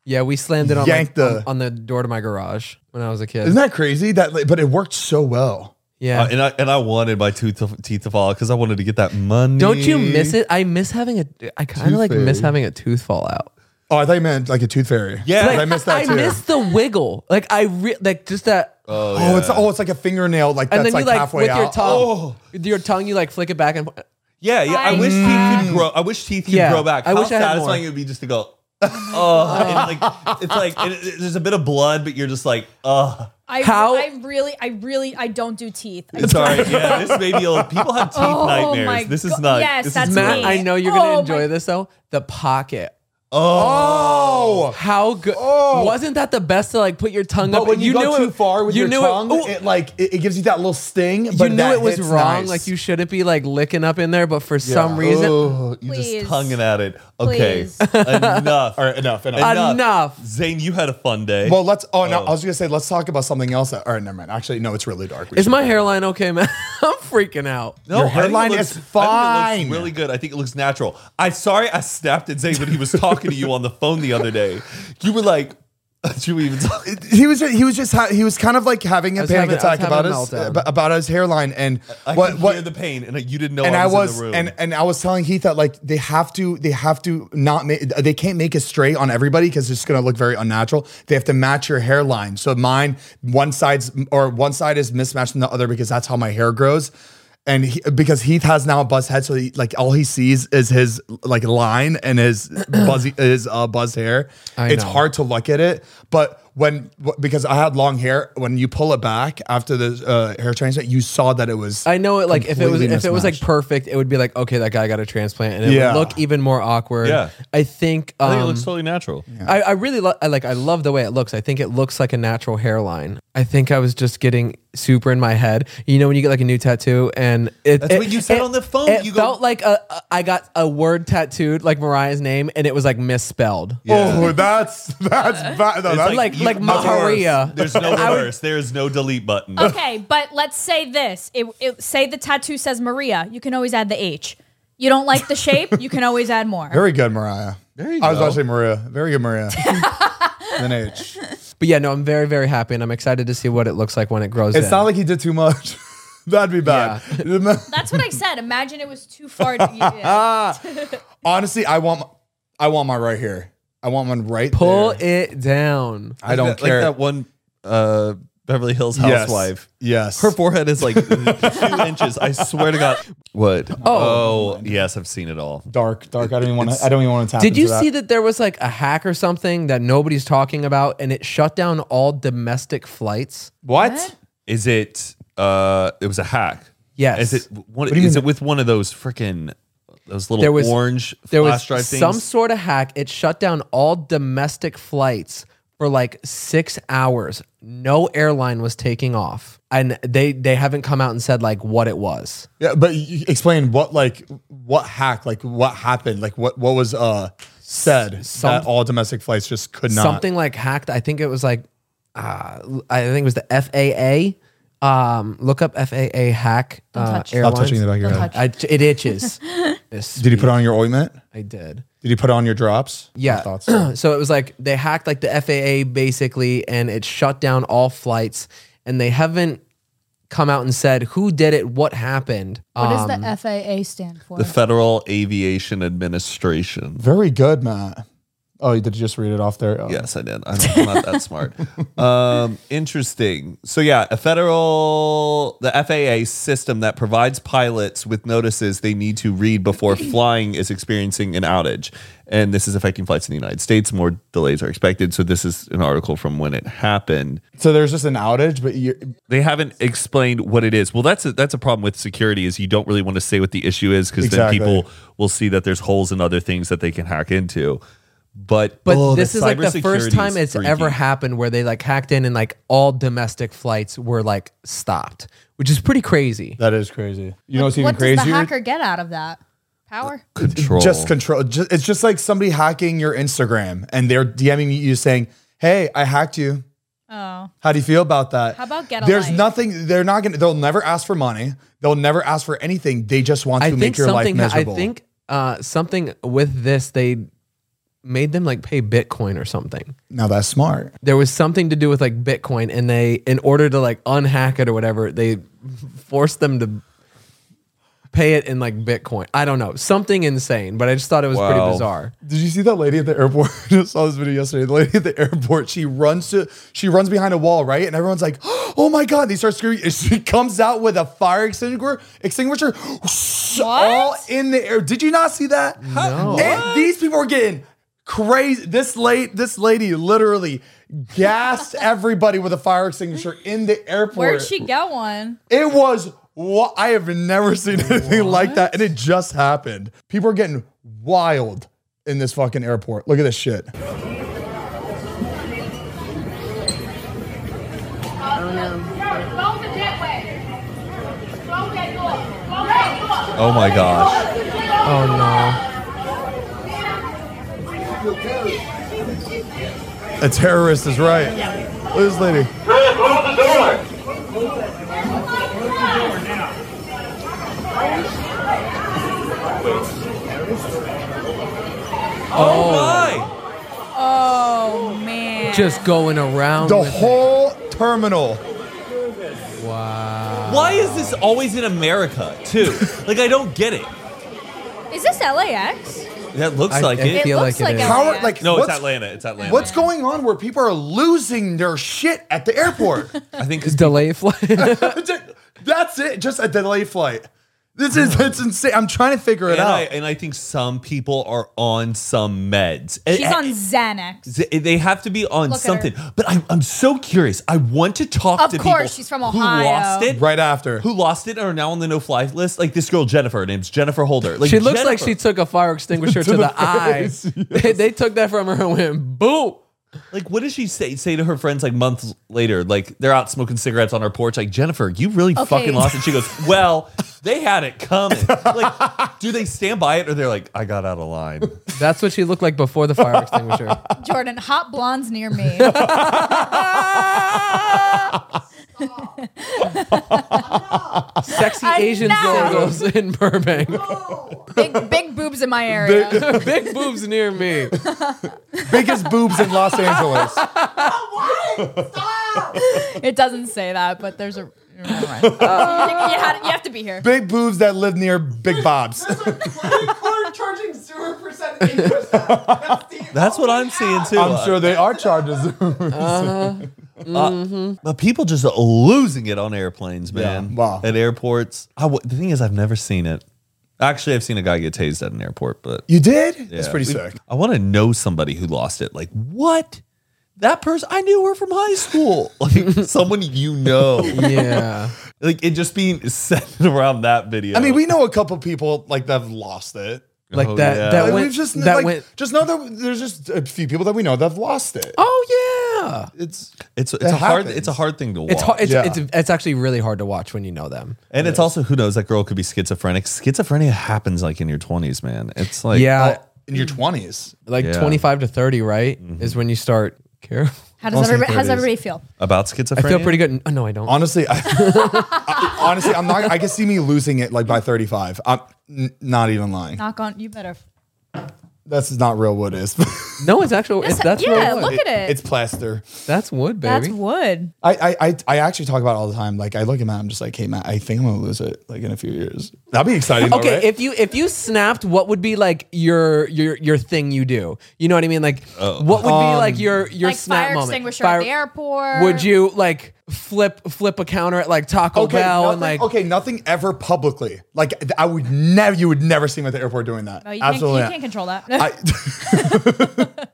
S2: Yeah, we slammed it on,
S4: Yanked
S2: my-
S4: the-
S2: on, on the door to my garage when I was a kid.
S4: isn't that crazy? That like, but it worked so well.
S2: yeah.
S1: Uh, and I and I wanted my tooth to, teeth to fall because I wanted to get that money.
S2: don't you miss it? I miss having a. I kind of like miss
S4: fairy.
S2: having a tooth fall out.
S4: Oh, I thought you meant like a tooth fairy.
S1: Yeah.
S4: I missed that too.
S2: I miss the wiggle. Like I re- like just that.
S4: oh, it's oh, it's like a fingernail. Like
S2: and
S4: that's
S2: then
S4: like,
S2: you like
S4: halfway
S2: with
S4: out.
S2: your tongue,
S4: Oh,
S2: with your tongue, you like flick it back and.
S1: Yeah, yeah. I,
S3: I
S1: wish teeth could grow. I wish teeth could
S2: Yeah,
S1: grow back.
S2: I
S1: How
S2: wish I had more.
S1: satisfying it would be just to go. Oh, and like it's like and it- it- there's a bit of blood, but you're just like, oh,
S3: I,
S2: How-
S3: I really, I really, I don't do teeth. I
S1: it's all right. Yeah, this may be old. People have teeth
S3: Oh my
S1: nightmares. This is
S3: God.
S1: not.
S3: Yes,
S1: this
S3: that's
S1: is
S2: Matt,
S3: me.
S2: I know you're
S3: Oh,
S2: gonna
S3: my-
S2: enjoy this though. The pocket.
S4: oh.
S2: How good?
S4: Oh.
S2: Wasn't that the best to like put your tongue up?
S4: But when you, go
S2: knew
S4: too far with
S2: you
S4: your
S2: knew
S4: tongue,
S2: It,
S4: it,
S2: ooh,
S4: like it, it gives you that little sting. But
S2: you knew
S4: that
S2: it was
S4: hits
S2: wrong.
S4: nice.
S2: Like you shouldn't be like licking up in there, but for some reason,
S1: Oh, you
S3: Please.
S1: just tonguing at it. Okay,
S3: Please.
S1: enough.
S4: All right, enough. Enough.
S1: enough.
S2: Enough.
S1: Zane, you had a fun day.
S4: well, let's. Oh, no, I was gonna say let's talk about something else. That, all right, never mind. Actually, no, it's really dark. We
S2: is
S4: should-
S2: my hairline okay, man? <laughs> I'm freaking out.
S1: no,
S4: your
S1: I think it
S4: hairline is
S1: I think it
S4: fine.
S1: looks really good. I think it looks natural. I sorry I snapped at Zane when he
S4: <laughs>
S1: was talking to you on the phone the other day. You were like, <laughs> should we even talk?
S4: he was just, he was just ha- he was kind of like having a
S2: was
S4: panic
S2: having- I was
S4: attack about
S2: having a
S4: his
S2: meltdown.
S4: ab- about his hairline and
S1: I
S4: what
S1: could
S4: what
S1: hear the pain, and you didn't know.
S4: and
S1: I was, in the room.
S4: and and I was telling Heath that like they have to they have to not make they can't make it straight on everybody because it's gonna look very unnatural. They have to match your hairline. So mine one side's or one side is mismatched than the other because that's how my hair grows. And he, because Heath has now a buzz head, so he, like all he sees is his like line
S1: <clears throat>
S4: and his buzzy his uh, buzz hair.
S2: I
S4: it's
S2: know.
S4: hard to look at it, but when wh- because I had long hair, when you pull it back after the uh, hair transplant, you saw that it was.
S2: I know it like if it was
S4: completely
S2: if it was like
S4: mismatched.
S2: perfect, it would be like okay, that guy got a transplant, and it
S4: Yeah.
S2: would look even more awkward.
S1: Yeah.
S2: I think. Um,
S1: I think it looks totally natural.
S2: I, I really lo- I like I love the way it looks. I think it looks like a natural hairline. I think I was just getting super in my head. You know when you get like a new tattoo and it,
S1: That's
S2: it-
S1: what you said
S2: it-
S1: on the phone.
S2: It
S1: You go-
S2: felt like a, a I got a word tattooed like Mariah's name and it was like misspelled.
S4: Oh, that's that's bad. No, that's
S2: like-
S1: you-
S2: like
S1: no reverse.
S2: Maharia.
S1: There's
S4: <laughs>
S1: no reverse. There's no delete button. <laughs>
S3: Okay, but let's say this. It, it, say the tattoo says Maria. You can always add the H. You don't like the shape? You can always add more.
S4: very good, Mariah.
S1: There you
S4: I was
S1: go.
S4: about to say Maria. Very good,
S2: <laughs>
S4: Maria. An H.
S2: But yeah, no, I'm very very happy and I'm excited to see what it looks like when it grows.
S4: It's
S2: in.
S4: not like he did too much. <laughs> That'd be bad.
S3: That's what I said. Imagine it was too far. To, yeah.
S4: <laughs> Honestly, I want I want my right here. I want one right
S2: pull
S4: there.
S2: it down.
S4: I don't
S1: like
S4: care.
S1: Like that one uh, Beverly Hills
S4: Yes.
S1: housewife.
S4: Yes.
S1: Her forehead is
S4: <laughs>
S1: like two inches. I swear to God. What? Oh, yes, I've seen it all.
S4: dark, dark. I don't even want to. I don't even want to tap.
S2: Did you
S4: into that.
S2: see that there was like a hack or something that nobody's talking about and it shut down all domestic flights?
S4: what?
S1: Is it? Uh, it was a hack.
S2: Yes.
S1: Is it? One, is it with one of those freaking those little
S2: There was-
S1: orange
S2: There
S1: flash
S2: was
S1: drive things?
S2: some sort of hack. It shut down all domestic flights for like six hours. No airline was taking off, and they they haven't come out and said like what it was.
S4: Yeah, but you explain what like what hack, like what happened, like what what was uh said
S2: some-
S4: that all domestic flights just could not.
S2: something like hacked. I think it was like, uh, I think it was the FAA. Um, look up FAA hack uh,
S3: touch.
S4: Stop
S2: airlines.
S4: touching the back of your
S3: Don't
S4: head.
S3: touch.
S2: I, it itches. <laughs> This
S4: Did you put on your ointment?
S2: I did.
S4: Did you put on your drops? I
S2: Yeah.
S4: thought so.
S2: <clears throat> So. it was like they hacked like the FAA basically, and it shut down all flights. And they haven't come out and said who did it, what happened.
S5: What
S2: Um,
S5: does the FAA stand for?
S1: The Federal Aviation Administration.
S4: Very good, Matt. Oh, you did you just read it off there? Oh.
S1: Yes, I did. I'm, I'm not that
S2: <laughs>
S1: smart. Um, interesting. So yeah, a federal, the FAA system that provides pilots with notices they need to read
S2: <coughs>
S1: before flying is experiencing an outage, and this is affecting flights in the United States. More delays are expected. So this is an article from when it happened.
S4: So there's just an outage, but you
S1: They haven't explained what it is. Well, that's a, that's a problem with security is you don't really want to say what the issue is because
S4: Exactly.
S1: then people will see that there's holes in other things that they can hack into. But
S2: But
S1: oh,
S2: this
S1: the
S2: is like the
S1: cybersecurity
S2: first
S1: is
S2: time it's ever
S1: freaky.
S2: happened where they like hacked in and like all domestic flights were like stopped, which is pretty crazy.
S4: that is crazy. You know what's even
S5: what does the
S4: crazier?
S5: hacker get out of that? Power?
S1: control.
S4: Just control. ju- it's just like somebody hacking your Instagram and they're DMing you saying, "Hey, I hacked you.
S3: Oh,
S4: How do you feel about that?"
S3: How about get a
S4: There's
S3: life?
S4: nothing. They're not gonna. They'll never ask for money. They'll never ask for anything. They just want to
S2: I think
S4: make your life
S2: something. I
S4: miserable.
S2: think uh, something with this they made them like pay Bitcoin or something.
S4: now that's smart.
S2: There was something to do with like Bitcoin, and they, in order to like unhack it or whatever, they forced them to pay it in like Bitcoin. I don't know, something insane. But I just thought it was pretty
S1: Wow.
S2: bizarne.
S4: Did you see that lady at the airport? <laughs> I just saw this video yesterday. The lady at the airport, she runs to, she runs behind a wall, right? And everyone's like, <gasps> "Oh my god!" They start screaming. <laughs> And she comes out with a fire extinguisher, extinguisher, all in the air. Did you not see that?
S2: No.
S4: And these people were getting crazy. This late, this lady literally gassed everybody with a fire extinguisher in the airport.
S3: where'd she get one?
S4: It was what I have never seen anything like that, and it just happened. People are getting wild in this fucking airport. Look at this shit.
S1: Oh my gosh.
S2: Oh no!
S4: A terrorist is right. Look at this lady.
S1: Oh,
S3: Oh man,
S2: Just going around.
S4: The
S2: with-
S4: whole terminal.
S1: my. Why is this always in America too? like I don't get it.
S3: is this LAX?
S1: That looks
S2: I-
S1: like
S2: I
S1: it.
S2: feel
S3: looks
S2: like it
S3: like
S2: is.
S3: a-
S4: How are, like
S1: No, it's
S4: what's,
S1: Atlanta. It's Atlanta.
S4: what's going on where people are losing their shit at
S1: <laughs>
S4: the airport? <laughs>
S1: I think 'cause
S2: delay <laughs> flight.
S4: That's it. Just a delay flight. This is it's insane. I'm trying to figure it
S1: and
S4: out.
S1: I, and I think some people are on some meds. And-
S3: She's on Xanax.
S1: and They have to be on
S3: Look at
S1: something. But I'm, I'm so curious. I want to talk
S3: Of
S1: to
S3: course,
S1: people
S3: she's from
S1: who
S3: Ohio.
S1: lost it,
S4: right after.
S1: who lost it and are now on the no-fly list. Like this girl Jennifer. Her name's Jennifer Holder. Like
S2: she looks like
S1: Jennifer-
S2: she took a fire extinguisher to, the, eye. <laughs> They, they took that from her and went boom.
S1: Like, what does she say say to her friends like months later? Like, they're out smoking cigarettes on her porch. Like, Jennifer, you really fucking lost it. She
S3: <laughs>
S1: goes, "Well, they had it coming." Like, do they stand by it or they're like, "I got out of line."
S2: That's what she looked like before the fire extinguisher.
S1: <laughs>
S3: Jordan, hot blondes near me.
S2: Sexy
S3: I
S2: Asian
S3: know.
S2: singles in Burbank. <laughs>
S3: big big boobs in my area.
S2: Big boobs near me.
S4: Biggest boobs in
S1: <laughs>
S4: Los Angeles.
S3: it doesn't say that, but there's a. never mind. <laughs> you, had- you have to be here.
S4: Big boobs that live near Big Bob's.
S6: charging zero percent interest.
S1: <laughs>
S6: That's the
S1: That's what I'm seeing too.
S4: I'm sure they are charges.
S1: but people just are losing it on airplanes, man.
S4: Yeah, wow.
S1: At airports, I w- the thing is, I've never seen it. Actually, I've seen a guy get tased at an airport, but
S4: <laughs> you did? That's
S1: Yeah.
S4: pretty
S1: We-
S4: sick.
S1: I want to know somebody who lost it. Like, what? That person, I knew her from high school. <laughs> Like, someone you know.
S2: Yeah.
S1: Like it just being centered <laughs> around that video.
S4: I mean, we know a couple people like that have lost it.
S2: Like
S1: Oh,
S2: that
S1: yeah.
S2: that
S4: Like,
S2: went
S4: we've just
S2: that
S4: like,
S2: went
S4: just know that there's just a few people that we know that have lost it.
S2: Oh Yeah.
S4: It's
S1: It's it's
S4: It
S1: a hard
S4: happens.
S1: it's a hard thing to watch.
S2: It's hard, it's,
S4: Yeah.
S2: it's it's actually really hard to watch when you know them.
S1: and it's also who knows that girl could be schizophrenic. Schizophrenia happens like in your twenties, man. It's like
S2: Yeah.
S4: uh, in your twenties.
S2: like
S1: Yeah.
S2: 25 to 30, right?
S4: Mm-hmm.
S2: Is when you start
S4: <laughs>
S2: care.
S3: How
S4: I'll
S3: does
S4: say
S3: everybody, how does
S4: 30s.
S3: everybody feel?
S1: about schizophrenia.
S2: I feel pretty good. Oh, no, I don't.
S4: Honestly, I, <laughs> I- honestly, I'm not. I can see me losing it like by 35. I'm n- not even lying.
S3: Knock on. You better.
S4: That's not real wood. Is <laughs>
S2: no, it's actual. It's, that's
S3: yeah,
S2: real wood.
S3: look at it.
S4: It's plaster.
S2: That's wood,
S3: That's
S2: baby.
S3: wood.
S4: I, I I I actually talk about it all the time. Like I look at Matt, I'm just like, hey Matt, I think I'm gonna lose it like in a few years. That'd be exciting.
S2: okay,
S4: though, right?
S2: if you if you snapped, what would be like your your your thing you do? You know what I mean? Like,
S4: Oh.
S2: what would be like your your
S3: Like
S2: snap
S3: fire
S2: moment?
S3: extinguisher
S2: Fire-
S3: at the airport.
S2: Would you like flip flip a counter at like Taco
S4: okay,
S2: Bell
S4: nothing,
S2: and like?
S4: okay, nothing ever publicly. Like th- I would never, you would never see me at the airport doing that.
S3: No, Oh, you
S4: Absolutely.
S3: can't. You can't control that.
S4: not. I-
S3: <laughs>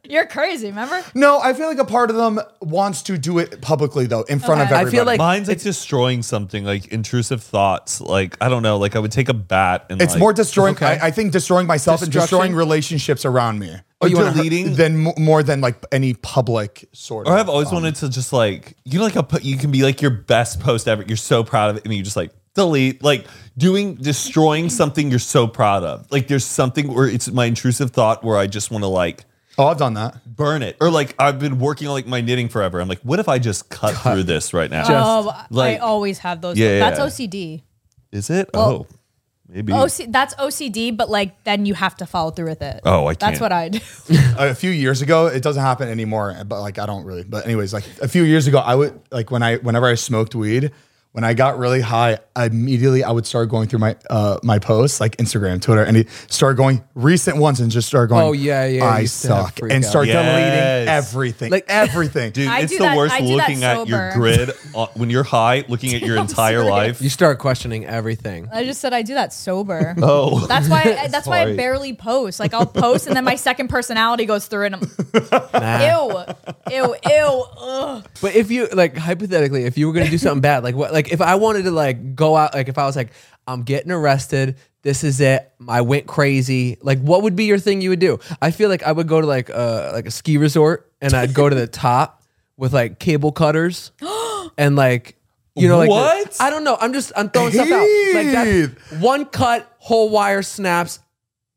S3: You're crazy. Remember?
S4: no, I feel like a part of them wants to do it publicly though, in front of
S2: Okay. I
S4: everybody.
S2: feel like-
S1: Mine's like destroying something, like intrusive thoughts. Like I don't know. Like I would take a bat and
S4: it's
S1: like,
S4: more destroying.
S2: Okay.
S4: I, I think destroying myself and
S2: Destruction?
S4: destroying relationships around me.
S1: Or you wanna hurt-
S4: than mo- more than like any public sort.
S2: Oh,
S1: Or
S4: of,
S1: I've always
S4: um,
S1: wanted to just like you know, like a po- you can be like your best post ever. You're so proud of it, and you just like delete, like doing destroying something you're so proud of. Like there's something where it's my intrusive thought where I just want to like
S4: Oh, I've done that.
S1: burn it, or like I've been working on like my knitting forever. I'm like, what if I just cut, through this right now?
S3: oh,
S1: like-
S3: I always have those.
S1: Yeah,
S3: that's
S1: yeah.
S3: OCD.
S1: Is it? oh, maybe.
S3: OC, that's OCD, but like then you have to follow through with it.
S1: Oh, I
S3: That's
S1: can't.
S3: what I do. <laughs>
S4: a few years ago it doesn't happen anymore but like i don't really but anyways like a few years ago i would like when i whenever i smoked weed when i got really high I immediately i would start going through my uh my posts like instagram twitter and it start going recent ones and just start going
S2: Oh, yeah, yeah, you
S4: i
S2: used to have
S4: suck
S2: freak
S4: and
S2: out.
S4: start
S1: Yes.
S4: deleting everything
S2: Like- <laughs>
S4: like everything
S1: Dude,
S3: I
S1: it's
S3: do
S1: the
S3: that-
S1: worst
S3: I do that
S1: looking at your
S3: sober. <laughs>
S1: grid uh, when you're high, looking at your entire life.
S2: You start questioning everything.
S3: I just said I do that sober.
S1: Oh,
S3: That's why. I, that's why I
S1: Sorry.
S3: barely post. Like I'll post, and then my second personality goes through, and I'm
S2: Nah.
S3: ew, ew, ew. Ugh.
S2: But if you like hypothetically, if you were gonna do something bad, like what, like if I wanted to like go out, like if I was like, I'm getting arrested, this is it, I went crazy. Like, what would be your thing you would do? I feel like I would go to like a like a ski resort and I'd go
S4: <laughs>
S2: to the top with like
S4: <gasps>
S2: cable cutters and like. You know, like the-
S1: What?
S2: I don't know. I'm just I'm throwing stuff out. Like that's one cut, whole wire snaps,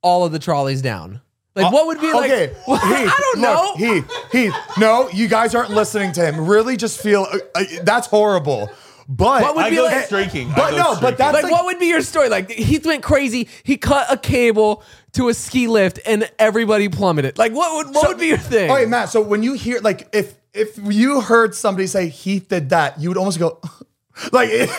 S2: all of the trolleys down. Like what would be like?
S4: Uh, okay Heath,
S2: <laughs> I don't know.
S4: look, Heath, Heath, no you guys aren't listening to him really just feel uh, uh, that's horrible but eh,
S2: What would
S1: I
S2: be
S1: go
S2: like-
S1: streaking. I
S4: But
S1: go
S4: no, but
S1: streaking.
S4: that's
S2: like,
S4: like-
S2: what would be your story? Like Heath went crazy. He cut a cable to a ski lift, and everybody plummeted. Like what would what would be your thing?
S4: All right, Matt. So when you hear like if if you heard somebody say Heath did that, you would almost go <laughs> like it,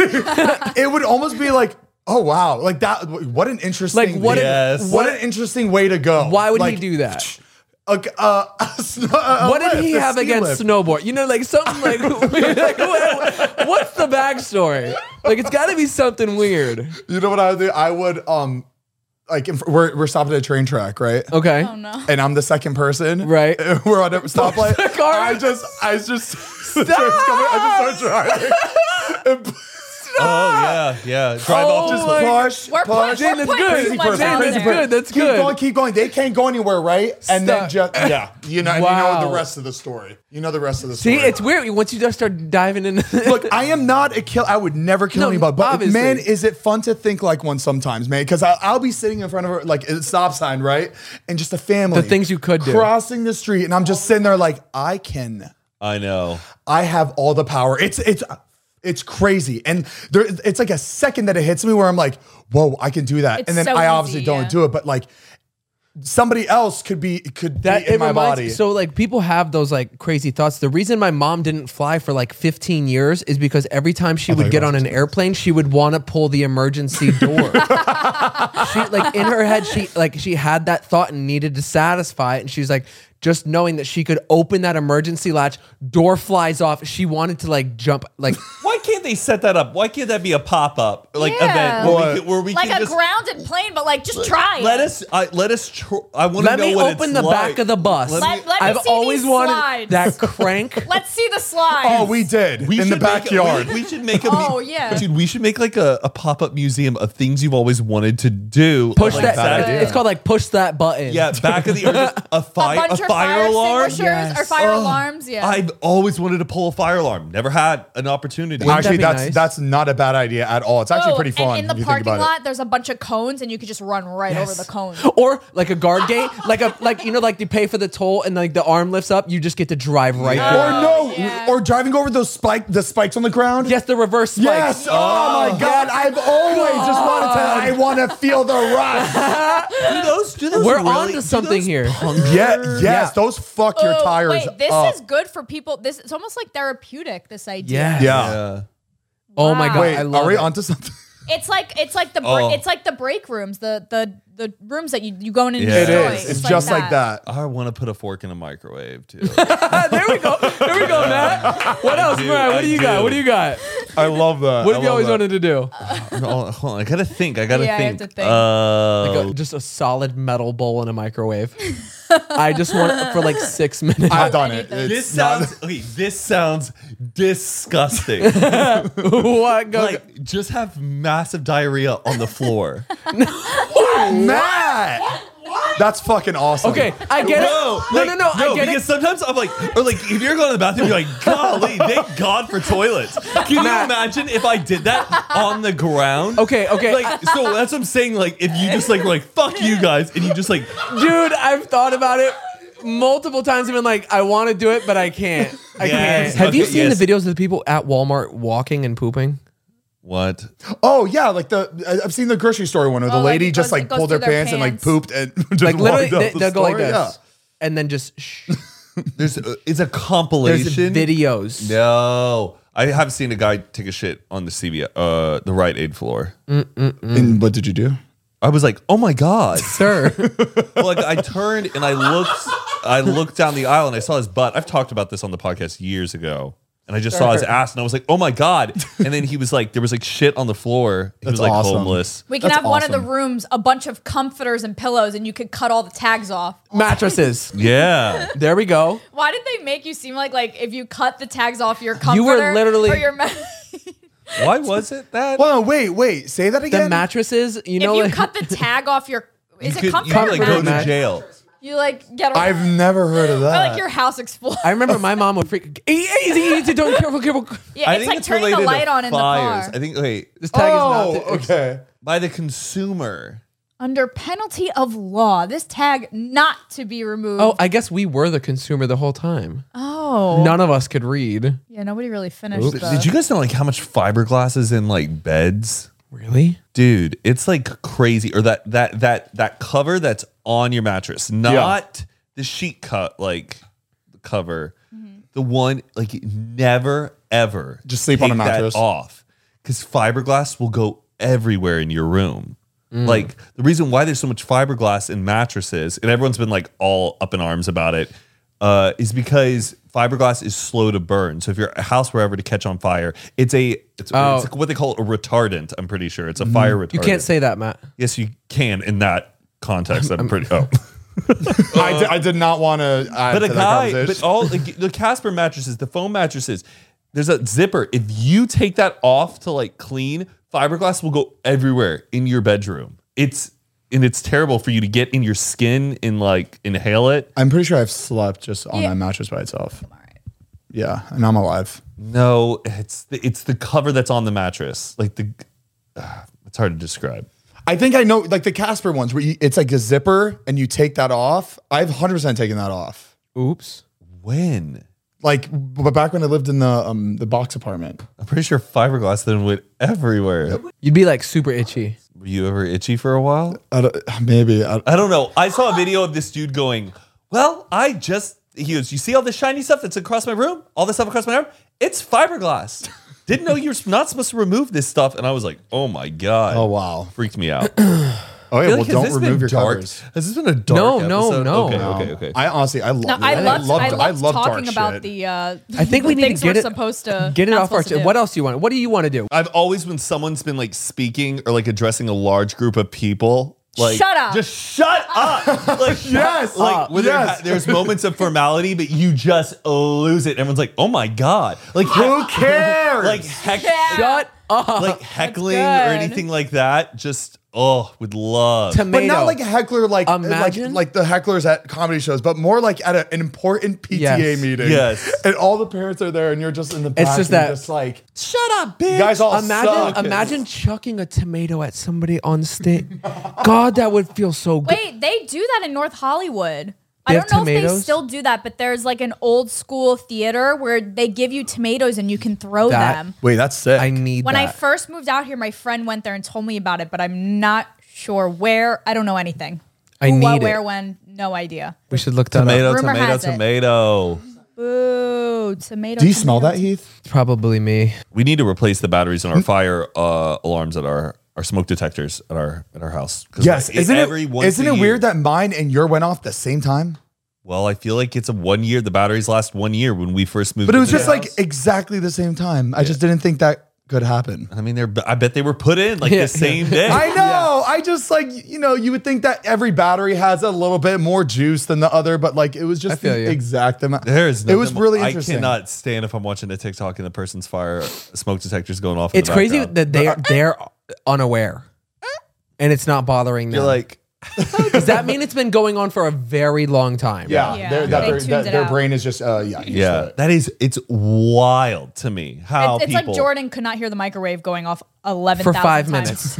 S4: it would almost be like oh wow like that what an interesting
S2: Like, what an-
S1: Yes.
S4: what an interesting way to go.
S2: Why would
S4: Like,
S2: he do that?
S4: A, uh, <laughs> a sno- a- a
S2: What did
S4: lift,
S2: he
S4: a
S2: have
S4: ski
S2: against
S4: lift.
S2: snowboard? You know, like something like, <laughs> like, what- what's the backstory? Like it's got to be something weird.
S4: You know what I would do? I would um like if we're we're stopped at a train track, right?
S2: Okay.
S3: Oh,
S4: And I'm the second person,
S2: Right.
S4: <laughs> We're
S2: <laughs>
S4: on a stoplight.
S2: the car.
S4: I just, I just, <laughs> the train's coming, I just start driving. <laughs> And-
S1: oh yeah, yeah. Drive off
S2: Oh
S1: just
S4: Just
S2: my-
S4: push,
S3: We're
S4: push.
S3: pushing-
S2: Jane, that's
S3: What
S2: good.
S3: crazy person.
S2: Jane, that's
S3: Crazy
S2: good. That's
S4: keep going,
S2: good.
S4: keep going. They can't go anywhere, right? And then
S2: Stuck.
S4: just yeah, you know, and you know
S2: Wow.
S4: the rest of the story. You know the rest of the
S2: See,
S4: story.
S2: it's weird once you just start diving in.
S4: Look, I am not a kill. I would never kill
S2: No,
S4: anybody. But
S2: obviously.
S4: man, is it fun to think like one sometimes, man? Because I'll be sitting in front of her like a stop sign, right? And just a family.
S2: The things you could do.
S4: Crossing the street, and I'm just sitting there like I can.
S1: I know.
S4: I have all the power. It's it's it's crazy, and there it's like a second that it hits me where I'm like, whoa, I can do that,
S3: It's
S4: and then
S3: so
S4: I obviously
S3: easy,
S4: don't
S3: yeah.
S4: do it, but like somebody else could be could
S2: that
S4: be in
S2: it
S4: my
S2: reminds
S4: body.
S2: so like people have those like crazy thoughts the reason my mom didn't fly for like 15 years is because every time she would
S4: you
S2: get
S4: were
S2: on an airplane she would want to pull the emergency door she like in her head she like she had that thought and needed to satisfy it and she was like just knowing that she could open that emergency latch door flies off she wanted to like jump like
S1: Why can't they set that up? Why can't that be a pop up like
S3: Yeah.
S1: event where we
S4: What?
S1: can, where we
S3: Like
S1: can
S3: a
S1: just
S3: grounded plane, but like just try. it.
S1: let us I, let us tr- I want to
S2: let
S1: know
S2: me
S1: what
S2: open
S1: it's
S2: the
S1: like.
S2: back of the bus
S1: Let
S3: Let, let me
S2: i've
S3: see
S2: always
S3: these
S2: wanted
S3: slides. <laughs>
S2: that crank
S3: Let's see the slides.
S4: oh, we did
S1: We
S4: in the
S1: should make a-
S4: backyard.
S1: we, we should make a.
S3: Oh, yeah.
S1: dude, we should make like a, a pop up museum of things you've always wanted to do.
S2: push
S1: Like
S2: that
S4: bad idea.
S2: it's called like push that button <laughs>
S1: Yeah, back of the or just a fire, a,
S3: bunch of
S1: fire alarm?
S3: extinguishers or
S2: Yes.
S3: fire
S1: Oh,
S3: alarms. Yeah.
S1: I've always wanted to pull a fire alarm. Never had an opportunity.
S2: Wouldn't
S4: actually,
S2: that be
S4: that's
S2: nice?
S4: that's not a bad idea at all. It's actually
S3: Oh,
S4: pretty fun.
S3: And in the
S4: if you think
S3: parking
S4: about
S3: lot, there's a bunch of cones, and you could just run right over the
S4: <laughs>
S3: cones.
S2: Or like a guard gate, like a like you know, like you pay for the toll and like the arm lifts up, you just get to drive right
S4: It.
S2: there.
S4: or no,
S3: Oh, yeah.
S4: or driving over those spike the spikes on the ground.
S2: Yes, the reverse spikes.
S4: Yes. Oh, my God! I've always just wanted to. I want to feel the
S2: <laughs>
S4: rush.
S1: do those, do those
S2: We're
S1: really-
S2: onto
S1: do those
S2: something here.
S1: punk-
S4: yeah. Yes. Those fuck your
S3: Oh,
S4: tires.
S3: Wait, this
S4: up.
S3: is good for people. This it's almost like therapeutic. This idea.
S2: Yes.
S4: <laughs> Yeah.
S1: Yeah.
S2: Oh my
S3: Wow.
S2: god.
S4: Wait,
S2: I love
S4: are we
S2: it.
S4: onto something?
S3: It's like it's like the br-
S1: Oh.
S3: it's like the break rooms, the the the rooms that you you go in and
S1: Yeah.
S3: enjoy.
S1: It is.
S4: It's, just like that.
S1: I want to put a fork in a microwave
S2: <laughs>
S1: too.
S2: Ah, <laughs> there we go. There we
S1: <laughs>
S2: go, Matt. What else,
S1: do,
S2: Matt? What
S1: I
S2: do you
S1: do.
S2: got? What do you got?
S4: I love that.
S2: What have you always wanted to do?
S1: No, hold on. I gotta think. I gotta
S3: Yeah, I have
S1: think.
S3: to think.
S1: Uh,
S2: Like a- just a solid metal bowl in a microwave. I just want it for like six minutes.
S4: I've done it.
S3: Anything.
S4: It's
S1: this <laughs>
S4: not,
S1: sounds okay. This sounds disgusting.
S2: <laughs> what? <laughs> Go,
S1: like just have massive diarrhea on the floor.
S4: Matt. That's fucking awesome.
S2: Okay, I <laughs> get it. No,
S1: like,
S2: no, no, I get
S1: because
S2: it.
S1: sometimes I'm like, or like if you're going to the bathroom, you're like, golly, thank God for toilets. Can you
S2: Matt.
S1: imagine if I did that on the ground?
S2: Okay, okay.
S1: Like, so that's what I'm saying. Like, if you just like, were like, fuck you guys, and you just like,
S2: Dude, I've thought about it multiple times and been like, I want to do it, but I can't. I
S1: Yes.
S2: can't. Have you
S1: Okay,
S2: seen
S1: yes.
S2: the videos of the people at Walmart walking and pooping?
S1: <laughs> what?
S4: Oh yeah, like the I- I've seen the grocery store one where the
S3: Oh, like
S4: lady
S3: it
S4: just
S3: goes- it
S4: like
S3: goes
S4: pulled her
S3: through their
S4: pants, and like
S3: pants.
S4: pooped and
S1: Mm.
S4: just
S2: Like literally,
S4: walked out
S2: they,
S4: the
S2: they'll go like
S4: store.
S2: this,
S4: Yeah.
S2: and then just
S4: <laughs>
S2: shh.
S1: There's uh, it's a
S2: There's
S1: compilation.
S2: videos.
S1: No, I have seen a guy take a shit on the CBS, uh, the Rite Aid floor.
S3: Mm.
S4: And what did you do?
S1: I was like, oh my god.
S2: Sir, <laughs>
S1: Well, like I turned and I looked, I looked down the aisle and I saw his butt. I've talked about this on the podcast years ago, and I just saw his ass and I was like, "Oh my god!"
S3: <laughs>
S1: And then he was like, there was like shit on the floor. He was
S4: That's
S1: like
S4: awesome.
S1: homeless.
S3: We can
S4: That's
S3: have one of the
S4: awesome.
S3: rooms a bunch of comforters and pillows, and you could cut all the tags off.
S2: mattresses.
S1: Yeah,
S2: There we go.
S3: Why did they make you seem like like if you cut the tags off your comforter?
S2: You were literally-
S3: or your ma- <laughs>
S1: why was it that?
S4: Well, no, wait, wait. Say that
S2: The
S4: again.
S2: mattresses. You know,
S3: if you
S2: like-
S3: cut the tag off your is
S1: you
S3: it
S1: could, you
S3: comforter?
S1: could
S3: or
S1: like go
S3: mattress?
S1: to
S2: Matt.
S1: jail. uh,
S3: You like get a,
S4: I've never heard of
S3: or,
S4: that.
S3: like your house explodes.
S2: <laughs> I remember my mom would freak. "E- Easy, easy, don't careful, careful.
S3: Yeah, it's like turning the
S1: related to
S3: light on in the
S1: fires.
S3: car.
S1: I think wait
S2: This tag
S4: oh,
S2: is not.
S4: okay.
S1: by the consumer.
S3: Under penalty of law, this tag not to be removed.
S2: Oh, I guess we were the consumer the whole time.
S3: Oh.
S2: None of us could read.
S3: Yeah, nobody really finished. the-
S1: Did you guys know like how much fiberglass is in like beds?
S2: Really?
S1: dude it's like crazy or that that that that cover that's on your mattress not the sheet cut like cover the one like never ever
S4: Just sleep on a
S1: take that
S4: mattress.
S1: off because fiberglass will go everywhere in your room
S4: Mm.
S1: like the reason why there's so much fiberglass in mattresses and everyone's been like all up in arms about it uh, is because fiberglass is slow to burn so if your house were ever to catch on fire it's a it's,
S2: Oh.
S1: it's what they call a retardant i'm pretty sure it's a fire retardant
S2: You can't say that, Matt.
S1: yes you can in that context i'm pretty oh
S4: I, did, I did not want to add
S1: but
S4: to
S1: a
S4: that
S1: guy, but
S4: conversation.
S1: all like, the Casper mattresses, the foam mattresses, there's a zipper. If you take that off to like clean, fiberglass will go everywhere in your bedroom. It's and it's terrible for you to get in your skin and like inhale it.
S4: I'm pretty sure I've slept just on
S3: Yeah.
S4: that mattress by itself. Yeah, and I'm alive.
S1: No, it's the, it's the cover that's on the mattress. Like the, <sighs> ah, it's hard to describe.
S4: I think I know, like the Casper ones, where you, it's like a zipper and you take that off. I've 100% taken that off.
S2: Oops.
S1: When
S4: Like, but back when I lived in the um the box apartment.
S1: I'm pretty sure fiberglass then went everywhere.
S2: You'd be like super itchy.
S1: Were you ever itchy for a while?
S4: I don't, ah, maybe I,
S1: I don't know. I saw a video of this dude going, Well, I just, he goes, You see all this shiny stuff that's across my room? All this stuff across my arm? It's fiberglass. Didn't know you're not supposed to remove this stuff. And I was like, Oh my God.
S4: Oh, wow.
S1: Freaked me out. I
S4: Oh yeah,
S1: feel
S4: well
S1: like, has
S4: don't
S1: this been
S4: remove your
S1: dark?
S4: covers. Um,
S1: Has this been a dark
S2: No, no,
S1: episode?
S2: no.
S1: Okay,
S2: No.
S1: okay, okay.
S4: I honestly, I love.
S3: No, I loved, I loved, talking about
S4: shit.
S3: the. Uh,
S2: I think we
S3: the
S2: need
S3: things
S2: to get
S3: we're
S2: it
S3: supposed to
S2: Get it
S3: not
S2: off our.
S3: supposed to do.
S2: what else do you want? What do you want to do?
S1: I've always, when someone's been like speaking or like addressing a large group of people, like
S3: Shut up.
S1: just shut up. <laughs> Like
S4: Yes,
S1: like
S4: up.
S1: when there-
S4: yes.
S1: there's moments of formality, but you just lose it. Everyone's like, oh my god, like
S4: Who cares?
S1: like heck,
S3: Yeah.
S2: Shut up.
S1: like heckling or
S3: That's good.
S1: anything like that. Just oh, with love.
S2: Tomato.
S4: But not like a heckler, like like,
S2: Imagine-
S4: like the hecklers at comedy shows, but more like at a, an important PTA
S2: Yes.
S4: meeting.
S1: Yes.
S4: and all the parents are there, and you're just in the back. and
S2: just
S4: you're
S2: that-
S4: just like
S2: Shut up, bitch.
S4: guys all
S2: imagine
S4: suck.
S2: imagine chucking a tomato at somebody
S1: <laughs>
S2: on stage. God, that would feel so good.
S3: Wait, they do that in North Hollywood.
S2: They
S3: I
S2: have
S3: don't know if they
S2: tomatoes?
S3: still do that, but there's like an old school theater where they give you tomatoes and you can throw
S2: That-
S3: them.
S4: wait, that's sick.
S2: I need
S3: When I
S2: that.
S3: first moved out here, my friend went there and told me about it, but I'm not sure where. I don't know anything.
S2: I
S3: Who,
S2: need
S3: what,
S2: it.
S3: where, when, no idea.
S2: we should look that up.
S1: tomato,
S3: Rumor
S1: tomato,
S3: has it.
S1: tomato.
S3: Boo, tomato.
S4: Do you smell that,
S3: tomato.
S4: Heath?
S2: It's probably me.
S1: We need to replace the batteries
S4: Mm-hmm.
S1: in our fire uh, alarms at our our smoke detectors at our at our house. 'Cause
S4: Yes.
S1: like,
S4: Isn't
S1: every
S4: it?
S1: once
S4: Isn't
S1: a
S4: it
S1: year-
S4: weird that mine and your went off the same time?
S1: Well, I feel like it's a one year. The batteries last one year when we first moved.
S4: But it was
S1: into
S4: just
S1: the
S4: like
S1: house.
S4: exactly the same time. I just didn't think that could
S1: <laughs>
S4: happen.
S1: I mean, they're. I bet they were put in like
S2: Yeah.
S1: the
S4: <laughs>
S1: same day.
S4: I know. I just like you know. You would think that every battery has a little bit more juice than the other, but like it was
S2: I
S4: just
S2: feel
S4: the
S2: you.
S4: exact amount.
S1: there is.
S4: It was
S1: nothing-
S4: really
S1: I
S4: interesting.
S1: cannot stand if I'm watching a TikTok and the person's fire smoke detector's going off. in
S2: It's
S1: the
S2: crazy
S1: background. <laughs>
S2: that they're they're unaware,
S3: Uh?
S2: and it's not bothering them.
S1: You're like,
S2: Does that mean it's been going on for a very long time?
S4: Yeah,
S3: Yeah.
S4: Their,
S3: Yeah.
S4: that-
S3: They
S4: their-
S3: tuned
S4: that-
S3: it
S4: their
S3: out.
S4: brain is just uh, yeah, used to
S1: yeah,
S4: it.
S1: that is. It's wild to me how
S3: It's, it's
S1: people.
S3: like Jordan could not hear the microwave going off 11,000
S2: For five
S3: times.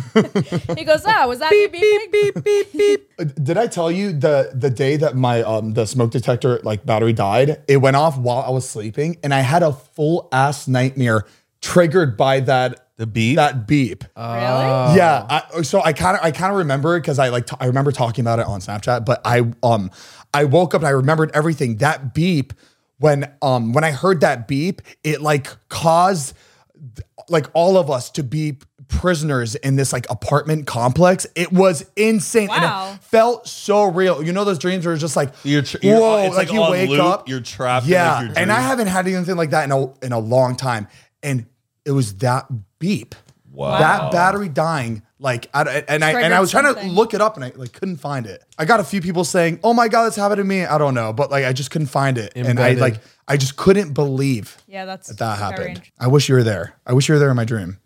S3: <laughs> he goes, ah, was that beep, beep, beep, beep, beep.
S4: Uh, Did I tell you the the day that my um the smoke detector like battery died? It went off while I was sleeping, and I had a full ass nightmare triggered by that
S1: The beep?
S4: that beep.
S3: Really?
S4: Uh, Yeah. I, oh, so I kind of I kind of remember it because I like t- I remember talking about it on Snapchat, but I um I woke up and I remembered everything. That beep when um when I heard that beep, it like caused th- like all of us to be prisoners in this like apartment complex. It was insane.
S3: Wow.
S4: And it felt so real. You know those dreams were just like
S1: You're tr- you're-
S4: whoa,
S1: it's
S4: like,
S1: like
S4: you
S1: on
S4: wake
S1: loop,
S4: up,
S1: you're trapped in, like,
S4: Yeah,
S1: your
S4: and I
S1: dream.
S4: haven't had anything like that in a in a long time, and it was that beep.
S1: Wow.
S4: That battery dying, like, I, and I and I
S3: Triggered
S4: was trying
S3: something.
S4: to look it up and I like couldn't find it. I got a few people saying, "Oh my god, that's happened to me." I don't know, but like I just couldn't find it, and I
S2: Embedded.
S4: like I just couldn't believe
S3: Yeah, that's
S4: that that
S3: very
S4: happened.
S3: interesting.
S4: I wish you were there. I wish you were there in my dream.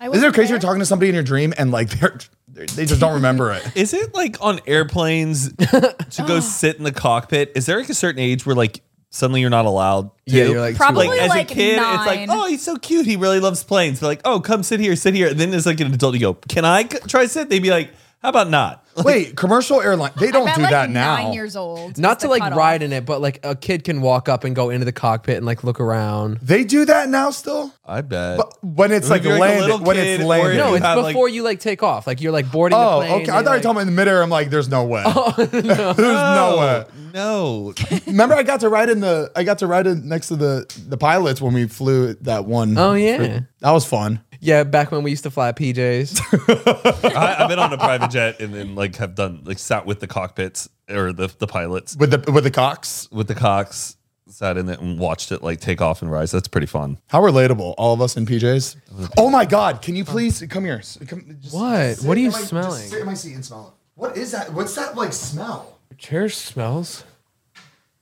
S3: I
S4: Is it
S3: wasn't
S4: crazy
S3: there.
S4: you're talking to somebody in your dream and like they're they just don't
S3: <laughs>
S4: remember it?
S1: Is it like on airplanes to
S4: <gasps>
S1: go sit in the cockpit? Is there like a certain age where like suddenly you're not allowed? To?
S2: Yeah, you're like too
S3: Probably
S1: like as
S3: like
S1: a kid, it's like,
S3: nine.
S1: oh, he's so cute. He really loves planes. They're like, oh, come sit here, sit here. And then as like an adult, you go, can I c- try sit? They'd be like, how about not?
S4: Wait, commercial airline they don't
S3: I bet,
S4: do
S3: like
S4: that
S3: Nine
S4: now.
S3: years old.
S2: Not
S3: is
S2: to
S3: the
S2: like
S3: cutoff.
S2: ride in it, but like a kid can walk up and go into the cockpit and like look around.
S4: They do that now still.
S1: I bet.
S4: But when it's
S1: If
S4: like
S1: you're, like, a
S4: landed,
S1: little
S4: when
S1: kid
S4: it's
S1: or
S4: landed.
S1: you
S2: No, it's
S1: have, like-
S2: before you like take off. Like you're like boarding
S4: Oh,
S2: the plane.
S4: okay. I thought you were talking about in the midair. I'm like, <laughs> there's no way. there's no way.
S1: no, <laughs>
S4: Remember, I got to ride in the I got to ride in next to the the pilots when we flew that one.
S2: Oh, yeah.
S4: that was fun.
S2: Yeah, back when we used to fly
S4: <laughs>
S2: PJs.
S1: I, I've been on a private jet and then like have done like sat with the cockpits or the the pilots
S4: with the with the cocks.
S1: with the cocks, sat in it and watched it like take off and rise. That's pretty fun.
S4: How relatable, all of us in PJs. Oh my God! Can you please come here? S- Come, just
S2: What?
S4: sit
S2: What are you
S4: in my- just
S2: smelling?
S4: sit in my seat and smell it. What is that? What's that like smell?
S2: Chair smells.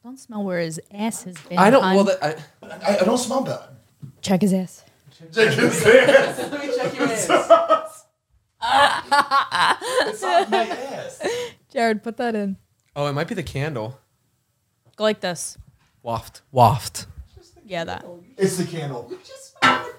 S3: Don't smell where his ass has been.
S2: I don't.
S3: hon.
S2: Well, that, I,
S4: I, I don't smell that.
S3: Check his ass.
S2: <laughs> let me check your ass.
S3: <laughs> Jared, put that in.
S2: Oh, it might be the candle.
S3: Go like this.
S2: Waft. Waft.
S3: Yeah, that.
S4: It's the candle. I
S3: don't like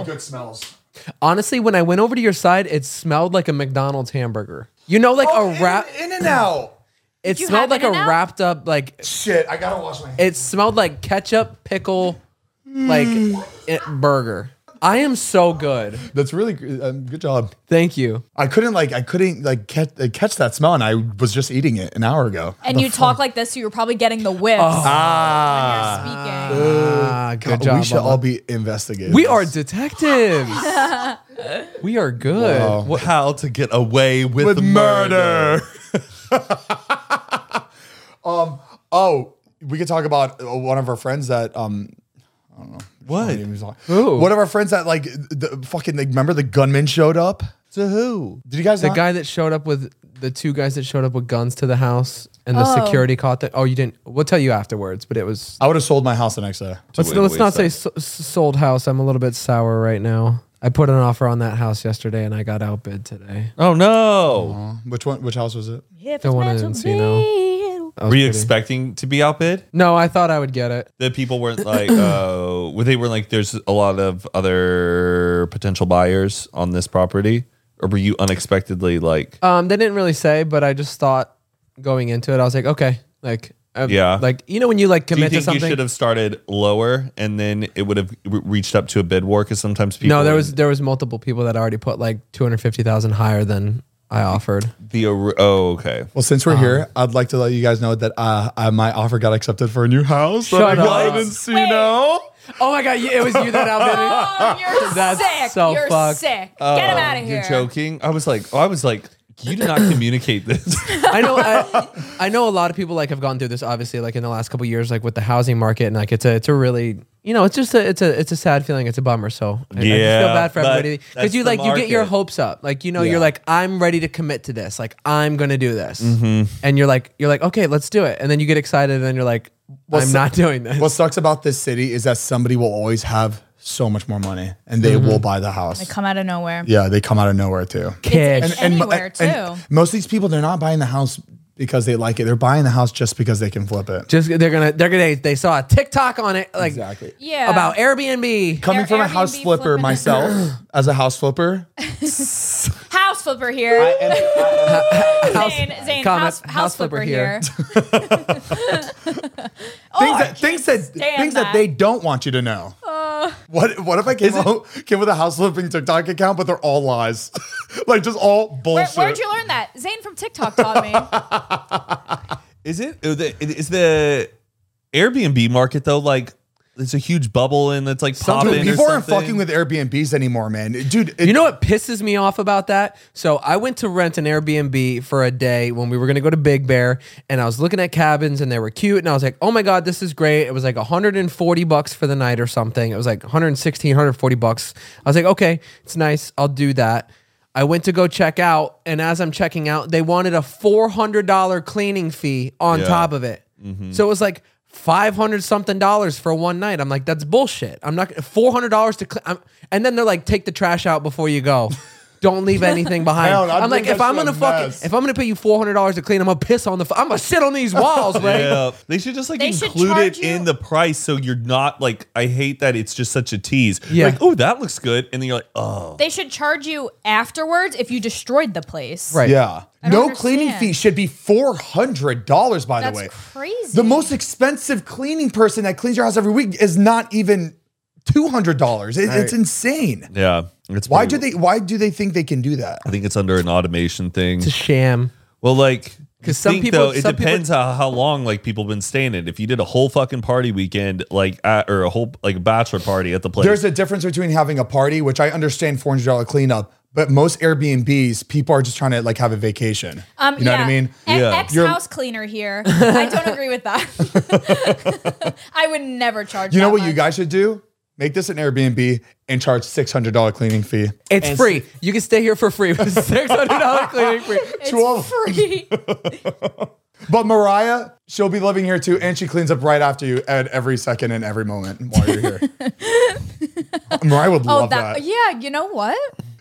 S3: Oh. good
S4: smells.
S2: Honestly, when I went over to your side, it smelled like a McDonald's hamburger. You know, like a wrap.
S4: Oh, in, in and out.
S2: It
S3: you
S2: smelled
S3: have
S2: like a
S3: In-N-Out?
S2: wrapped up, like
S4: Shit! I gotta wash my hands.
S2: it smelled like ketchup, pickle, like
S4: Hmm.
S2: it, burger. I am so good.
S4: That's really gr- um, good job.
S2: Thank you.
S4: I couldn't like I couldn't like catch, uh, catch that smell, and I was just eating it an hour ago.
S3: And you talk like this, so you're probably getting the
S2: Oh.
S3: whiffs when you're speaking.
S2: Ah, good job.
S4: Uh, we should
S2: Mama.
S4: all be investigating.
S2: We
S3: <laughs>
S2: are detectives. we are good.
S1: What, how to get away with,
S4: with
S1: murder. <laughs>
S4: murder. um. Oh, we could talk about uh, one of our friends that um.
S1: What?
S2: Who?
S4: One of our friends that like the fucking like, remember the gunman showed up.
S1: To who?
S4: Did you guys
S2: The
S4: not-
S2: guy that showed up with the two guys that showed up with guns to the house and the security caught that. Oh, you didn't. We'll tell you afterwards, but it was.
S4: I would have sold my house the next day.
S2: Let's,
S1: wait,
S2: let's
S1: wait,
S2: not
S1: sorry.
S2: say so, sold house. I'm a little bit sour right now. I put an offer on that house yesterday and I got outbid today.
S1: Oh no.
S4: Which one? Which house was it?
S3: If
S2: The
S3: it's
S2: one
S3: meant
S2: in
S3: to
S2: Encino.
S3: be, it'll-
S2: I
S1: Were
S2: was
S1: you
S2: pretty-
S1: expecting to be outbid?
S2: No, I thought I would get it.
S1: The people weren't like,
S2: <clears throat>
S1: uh, were they were like, there's a lot of other potential buyers on this property, or were you unexpectedly like,
S2: Um, they didn't really say, but I just thought going into it, I was like, okay, like, I-
S1: Yeah.
S2: like you know when you like
S1: do you
S2: Uh, commit to
S1: think you
S2: something.
S1: should have started lower and then it would have re- reached up to a bid war? Because sometimes people,
S2: no, there was
S1: in
S2: there was multiple people that already put like two hundred fifty thousand higher than I offered.
S1: the or- oh, okay,
S4: Well, since we're here, I'd like to let you guys know that uh, I, my offer got accepted for a new house.
S2: Shut
S4: that I
S2: up.
S4: got in Encino.
S2: Oh my god, yeah, it was you that outbid
S3: Oh, you're
S2: <laughs> That's
S3: sick.
S2: so
S3: you're
S2: fucked. Oh,
S3: sick. Get him out of here.
S1: you're joking. I was like, I was like, you did
S2: <coughs>
S1: not communicate
S2: <laughs>
S1: this.
S2: me. I know, I, I know a lot of people like have gone through this obviously like in the last couple years like with the housing market and like it's a it's a really you know it's just a it's a it's a sad feeling it's a bummer so I, I just
S1: Yeah,
S2: feel bad for
S1: but
S2: everybody because
S1: that's
S2: you
S1: the
S2: like you get your
S1: market.
S2: hopes up like you know
S4: Yeah.
S2: you're like I'm ready to commit to this like I'm gonna do this
S1: Mm-hmm.
S2: and you're like you're like okay let's do it and then you get excited and then you're like
S4: Well,
S2: I'm
S4: so-
S2: not doing this
S4: What sucks about this city is that somebody will always have so much more money, and
S1: Mm-hmm.
S4: they will buy the house.
S3: Come out of nowhere.
S4: yeah, they come out of nowhere too.
S2: Cash.
S3: It's, it's
S4: mo-
S3: anywhere too.
S4: and most of these people, they're not buying the house because they like it. They're buying the house just because they can flip it.
S2: just they're gonna they're gonna they saw a TikTok on it like
S3: yeah.
S2: about Airbnb.
S4: Coming
S3: They're
S4: from a house
S3: Airbnb
S4: flipper
S3: flipping it.
S4: myself,
S3: <laughs>
S4: as a house flipper,
S3: house flipper here. Zane, Zane,
S2: comment,
S3: house, house, flipper, here.
S4: things that things that
S3: Oh, stand
S4: things that
S3: that. Oh.
S4: they don't want you to know. what what if I came out, came with a house flipping TikTok account, but they're all lies, <laughs> like just all
S3: Where,
S4: bullshit.
S3: where'd you learn that? Zane from TikTok taught
S2: <laughs>
S3: me.
S1: Is it is the- is the Airbnb market though like there's a huge bubble and it's like
S2: Something-
S1: popping. or
S4: People aren't
S1: something?
S4: fucking with Airbnbs anymore, man. Dude, it-
S2: You know what pisses me off about that? So I went to rent an Airbnb for a day when we were gonna go to Big Bear, and I was looking at cabins and they were cute, and I was like, oh my god, this is great. It was like 140 bucks for the night or something. It was like 116, 140 bucks. I was like, okay, it's nice. I'll do that. I went to go check out, and as I'm checking out, they wanted a $400 cleaning fee on
S1: Yeah.
S2: top of it.
S4: Mm-hmm.
S2: So it was like 500 something dollars for one night. I'm like, that's bullshit. I'm not $400 to clean. I'm, and then they're like, take the trash out before you go. Don't
S4: <laughs>
S2: leave anything behind.
S4: Hell, I'd
S2: I'm like,
S4: leave
S2: if
S4: that
S2: I'm
S4: shit
S2: gonna
S4: a
S2: fucking,
S4: mess.
S2: if I'm gonna pay you four hundred dollars to clean, I'm gonna piss on the, f- I'm gonna sit on
S4: <laughs>
S2: these walls, right?
S1: Yeah, they should just like
S3: They should
S1: include it
S3: charge you-
S1: in the price so you're not like I hate that it's just such a tease.
S2: Yeah.
S1: Like, oh, that looks good, and then you're like, oh,
S3: they should charge you afterwards if you destroyed the place.
S2: Right.
S4: yeah,
S3: I
S4: no
S3: don't
S4: cleaning
S3: understand.
S4: fee should be four hundred dollars. By
S3: That's
S4: the way,
S3: crazy.
S4: The most expensive cleaning person that cleans your house every week is not even two hundred dollars. It, It's insane.
S1: yeah. It's
S4: Why
S1: pretty-
S4: do they? Why do they think they can do that?
S1: I think it's under an automation thing.
S2: It's a sham.
S1: Well, like.
S2: 'Cause
S1: Because
S2: some
S1: some
S2: people-
S1: though, it
S2: some people-
S1: depends how, how long like people been staying in. If you did a whole fucking party weekend, like at, or a whole like bachelor party at the place,
S4: There's a difference between having a party, which I understand four hundred dollar cleanup, but most Airbnbs people are just trying to like have a vacation.
S3: Um,
S4: you know
S3: yeah.
S4: what I mean?
S1: Yeah.
S3: Ex
S4: You're-
S3: house cleaner here. I don't agree with that. <laughs> I would never charge.
S4: You know
S3: that
S4: what
S3: much.
S4: you guys should do? Make this an Airbnb and charge six hundred dollar cleaning fee.
S2: It's free. You can stay here for free <laughs> with six hundred
S4: <laughs>
S2: dollar cleaning free.
S3: It's
S4: 12.
S3: free.
S4: <laughs> But Mariah, she'll be living here too, and she cleans up right after you at every second and every moment while you're
S3: <laughs>
S4: here. Mariah would
S3: Oh,
S4: love
S3: that,
S4: that.
S3: Yeah. You know what?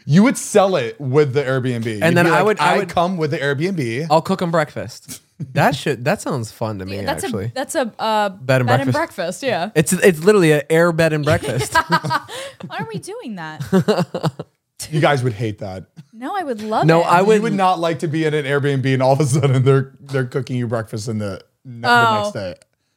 S4: You would sell it with the Airbnb. You'd
S2: then
S4: be
S2: I would- I
S4: I
S2: would-
S4: come with the Airbnb.
S2: I'll cook them breakfast. That should that sounds fun to me.
S3: that's
S2: actually,
S3: a that's a uh,
S2: Bed and breakfast.
S3: breakfast. Yeah.
S2: it's it's literally an air bed and
S3: <laughs>
S2: breakfast.
S3: Why are we doing
S4: <laughs>
S3: that?
S4: You guys would hate that.
S3: No, I would love
S2: No,
S3: it.
S2: I
S4: You would not like to be in an Airbnb and all of a sudden they're they're cooking you breakfast in the, ne- the next day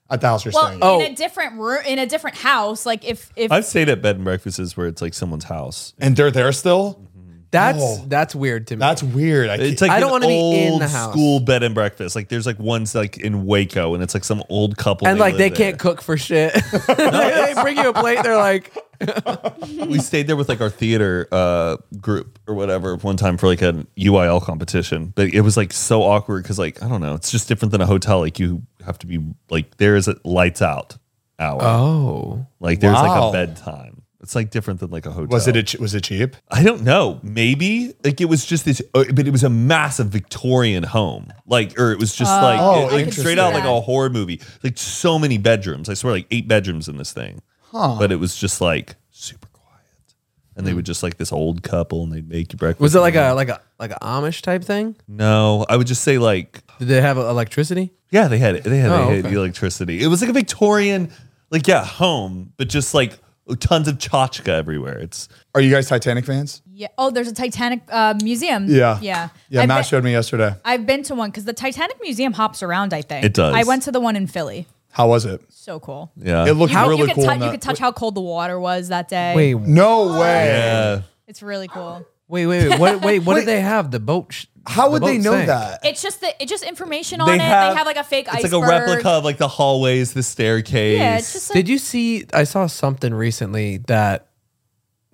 S4: at the house you're
S3: well
S4: staying.
S2: Oh.
S3: in a different room in a different house. Like if if
S1: I've stayed at bed and breakfasts where it's like someone's house.
S4: And they're there still.
S2: Mm-hmm. That's
S4: No.
S2: that's weird to me.
S4: That's weird. I
S1: It's
S4: can't.
S1: like
S2: I
S1: I
S2: don't
S1: don't
S2: wanna
S1: want
S2: be
S1: to
S2: in the house.
S1: school bed and breakfast. Like there's like ones like in Waco, and it's like some old couple,
S2: and like they
S1: live
S2: can't cook for shit. they bring you a plate. They're like,
S1: there. We stayed there with like our theater uh, group or whatever one time for like an UIL competition, but it was like so awkward because like I don't know, it's just different than a hotel. Like you have to be like there is a lights out hour.
S2: oh,
S1: like there's
S4: wow.
S1: like a bedtime. It's like different than like a hotel.
S4: was it a, ch- was it cheap?
S1: I don't know. Maybe like it was just this, uh, but it was a massive Victorian home, like or it was just like, it-
S4: Oh,
S1: like,
S4: interesting.
S1: straight out like
S3: Yeah.
S1: a horror movie. Like so many bedrooms. I swear, like eight bedrooms in this thing. But it was just like super quiet, and and
S4: Hmm.
S1: they would just like this old couple, and they'd make you breakfast.
S2: Was it like a like a like a Amish type thing?
S1: No, I would just say like
S2: Did they have electricity?
S1: yeah, they had it. They had,
S2: Oh,
S1: they had
S2: okay.
S1: the electricity. It was like a Victorian, like yeah, home, but just like tons of tchotchka everywhere. It's
S4: Are you guys Titanic fans?
S3: Yeah. Oh, there's a Titanic uh, museum.
S4: Yeah.
S3: Yeah.
S4: Yeah,
S3: I've
S4: Matt
S3: been-
S4: showed me yesterday.
S3: I've been to one because the Titanic museum hops around. I think
S1: It does.
S3: I went to the one in Philly.
S4: How was it?
S3: So cool.
S2: Uh,
S1: yeah,
S4: It looked
S3: You,
S4: really
S3: you could
S4: cool.
S3: tou-
S4: in
S3: you
S4: that-
S3: could touch how cold the water was that day.
S2: Wait,
S4: no way.
S1: yeah.
S3: It's really cool.
S2: wait, wait, wait. What, wait, what did they have? The boat. Sh-
S4: How
S2: the
S4: would they
S2: boat
S4: know
S2: sank.
S4: that?
S3: It's just the it's just information on it. they have like a fake
S1: It's
S3: iceberg.
S1: like a replica of like the hallways, the staircase.
S3: Yeah, it's just like,
S2: Did you see? I saw something recently that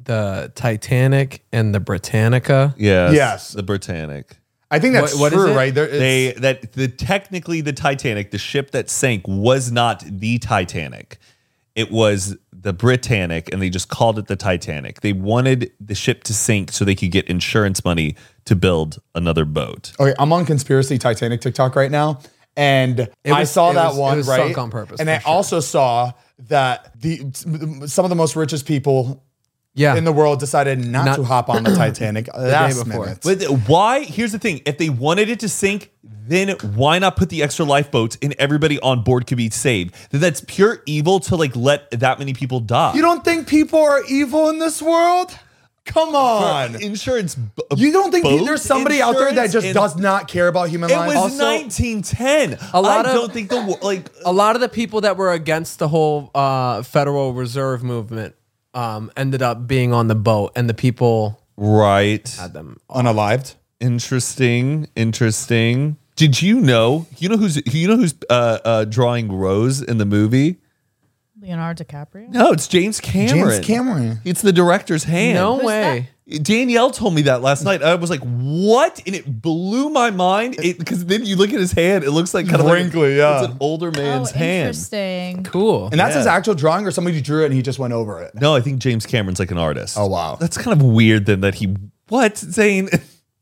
S2: the Titanic and the Britannica.
S1: Yes,
S4: Yes.
S1: the Britannic.
S4: I think that's
S2: What- what is
S4: true,
S2: it?
S4: right? There, it's-
S1: they that the technically the Titanic, the ship that sank, was not the Titanic. It was the Britannic, and they just called it the Titanic. They wanted the ship to sink so they could get insurance money to build another boat.
S4: Okay, I'm on conspiracy Titanic TikTok right now, and I
S2: was-
S4: saw
S2: it
S4: that
S2: was- it
S4: one
S2: was
S4: right
S2: sunk on purpose,
S4: And
S2: for
S4: I
S2: sure.
S4: also saw that the some of the most richest people
S2: Yeah.
S4: in the world decided not,
S2: Not-
S4: to hop on the
S2: <coughs>
S4: Titanic last
S2: before.
S4: minute.
S1: But why? Here's the thing: if they wanted it to sink, then why not put the extra lifeboats and everybody on board could be saved? Then that's pure evil to like let that many people die.
S4: you don't think people are evil in this world? Come on.
S1: insurance. b-
S4: You don't think
S1: boat
S4: there's somebody out there that
S1: insurance
S4: just
S1: and-
S4: does not care about human
S1: It
S4: life?
S1: was
S4: Also-
S1: 1910. A
S2: lot
S1: I
S2: of-
S1: don't think the wo-
S2: <laughs>
S1: like
S2: a lot of the people that were against the whole uh, Federal Reserve movement um, ended up being on the boat, and the people
S1: right.
S2: them.
S4: unalived.
S1: Interesting. Interesting. Did you know? You know who's you know who's uh, uh, drawing Rose in the movie?
S5: Leonardo DiCaprio.
S1: No, it's James Cameron.
S4: James Cameron.
S1: It's the director's hand.
S2: No way.
S1: Danielle told me that last night. I was like, "What?" and it blew my mind. Because then you look at his hand; it looks like kind of
S4: Wrinkly,
S1: like,
S4: yeah.
S1: it's an older man's
S3: oh,
S1: hand.
S3: interesting.
S2: Cool.
S4: And that's his
S1: Yeah.
S4: actual drawing, or somebody drew it and he just went over it.
S1: No, I think James Cameron's like an artist.
S4: Oh, wow.
S1: that's kind of weird. Then that he what Zane? <laughs>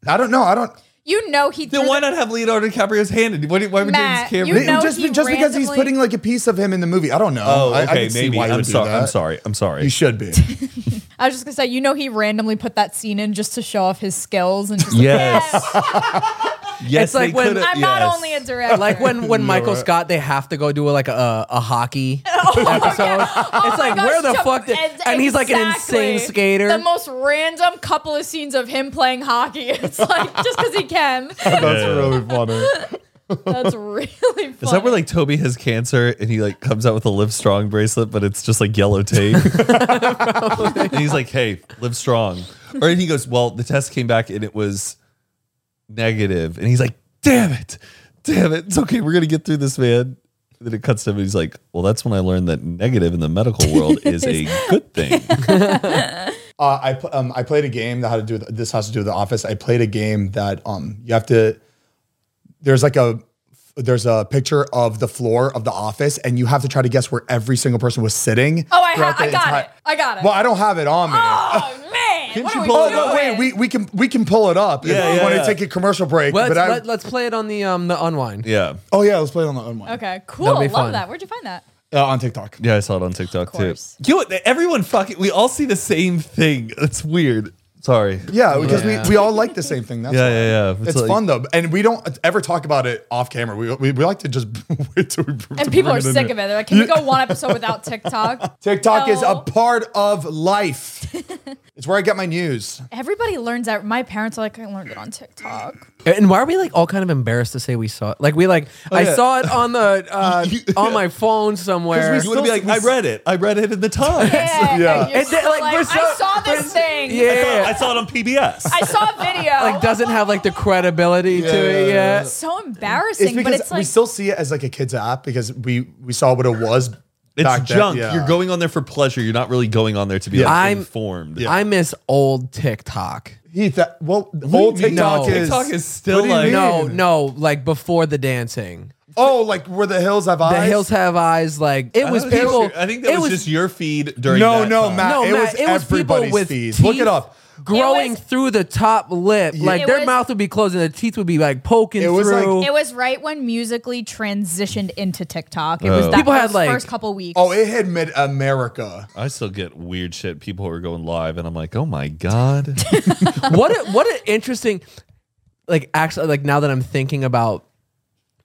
S4: I don't know. I don't.
S3: You know he.
S1: then
S3: threw
S1: why
S3: the-
S1: not have Leonardo DiCaprio's hand? And Why, why would
S3: Matt,
S1: James
S3: you
S1: Cameron?
S3: know- No,
S4: just
S3: he
S4: just because he's
S3: randomly-
S4: putting like a piece of him in the movie. I don't know.
S1: oh,
S4: I- I
S1: okay,
S4: can see
S1: maybe.
S4: why he
S1: I'm
S4: would do
S1: sorry. I'm
S4: that.
S1: sorry. I'm sorry.
S4: You
S1: <laughs>
S4: should be.
S3: I was just gonna say, you know, he randomly put that scene in just to show off his skills and
S1: <laughs>
S3: just. <laughs>
S1: Yes.
S3: Like, yes,
S1: yes,
S2: It's like
S1: they
S2: when-
S1: could've-
S3: I'm not
S1: yes.
S3: only a director.
S2: Like
S1: <laughs>
S2: when when Michael Scott, they have to go do like a a hockey
S3: Oh,
S2: episode. it's like
S3: gosh,
S2: where the
S3: so-
S2: fuck did?
S3: ex-
S2: and he's like an
S3: exactly.
S2: insane skater.
S3: The most random couple of scenes of him playing hockey. <laughs> It's like just because he can.
S4: That's really
S3: <laughs>
S4: funny.
S3: That's really. Funny.
S1: Is that where like Toby has cancer and he like comes out with a Live Strong bracelet, but it's just like yellow
S4: <laughs>
S1: tape? and he's like, "Hey, Live Strong," or he goes, "Well, the test came back and it was negative," and he's like, "Damn it, damn it, it's okay, we're gonna get through this, man." And then it cuts to him and he's like, "Well, that's when I learned that negative in the medical world is a good thing."
S4: Uh, I pl- um, I played a game that had to do with this has to do with the office. I played a game that um you have to there's like a there's a picture of the floor of the office and you have to try to guess where every single person was sitting.
S3: Oh, I, ha-
S4: throughout the
S3: I got
S4: entire-
S3: it. I got it.
S4: Well, I don't have it on me.
S3: oh man! Can
S1: you
S3: what
S1: pull
S3: are we
S4: Oh
S1: it up?
S4: no!
S3: doing?
S4: Wait, we, we can we can pull it up.
S1: Yeah,
S4: if we
S1: yeah,
S4: want
S1: yeah.
S4: to take a commercial break,
S2: Well,
S4: but
S2: let's,
S4: I,
S2: let, us play it on the um the unwind.
S1: yeah,
S4: oh yeah, let's play it on the on one
S3: Okay, cool.
S2: That'll be
S3: Love
S2: fun.
S3: that. Where'd you find that?
S4: uh, on TikTok.
S1: yeah, I saw it on TikTok too.
S3: course.
S1: You, know what? everyone, fucking, we all see the same thing. That's weird. Sorry.
S4: Yeah, because
S2: Yeah.
S4: we, we all like the same thing. That's
S1: Oh, Yeah,
S4: why.
S1: yeah, yeah.
S4: It's,
S1: like-
S4: fun though, and we don't ever talk about it off camera. We we, we like to just <laughs> wait till we.
S3: And people are sick of it. They're like, can we go one episode without TikTok?
S4: TikTok is a
S3: No.
S4: part of life.
S3: <laughs>
S4: it's where I get my news.
S3: Everybody learns that. My parents are like, I learned it on TikTok.
S2: And why are we like all kind of embarrassed to say we saw it? Like we like I
S1: Oh, yeah.
S2: saw it
S1: <laughs>
S2: on the uh, on my phone somewhere.
S1: You want to be like, I read it. I read it in the Times.
S3: Yeah.
S4: Yeah.
S3: you're
S2: And then,
S3: so
S2: like,
S3: like,
S2: we're
S3: I
S2: so-
S3: saw this thing.
S2: yeah.
S1: <laughs> I saw it on PBS.
S3: I saw a video.
S2: like doesn't have like the credibility to it yet.
S3: so
S4: It's
S3: embarrassing,
S4: because
S3: but it's
S4: we
S3: like
S4: still see it as like a kid's app because we we saw what it was.
S1: It's
S4: back then.
S1: junk.
S4: Yeah.
S1: You're going on there for pleasure. You're not really going on there to be like,
S2: I'm-
S1: informed.
S2: I miss old TikTok.
S4: Heath. That, well,
S1: do you
S4: old
S1: mean?
S4: TikTok
S2: No.
S4: is
S1: TikTok is still
S4: What do you
S1: like-
S4: mean?
S2: No, no, like before the dancing.
S4: Oh, like where the hills have
S2: The
S4: eyes.
S2: Hills Have Eyes. Like it
S1: I
S2: was
S1: thought that
S2: people.
S1: your- I think that
S2: it
S1: was, just your feed during.
S4: No,
S1: that
S4: no,
S1: time.
S4: Matt.
S2: No,
S4: it
S2: Matt,
S4: was
S2: it was people
S4: everybody's
S2: with
S4: feeds. Look
S2: teeth.
S4: it up.
S2: growing
S3: was-
S2: through the top lip. Like
S3: It
S2: their
S3: was-
S2: mouth would be closed and the teeth would be like poking
S4: It was like-
S2: through.
S3: It was right when Musically transitioned into TikTok. It was that
S2: People had,
S3: first,
S2: like-
S3: first couple weeks.
S4: Uh. Oh, it hit mid America.
S1: I still get weird shit. People who are going live, and I'm like, oh my god.
S4: <laughs>
S2: what a, what an interesting like actually like now that I'm thinking about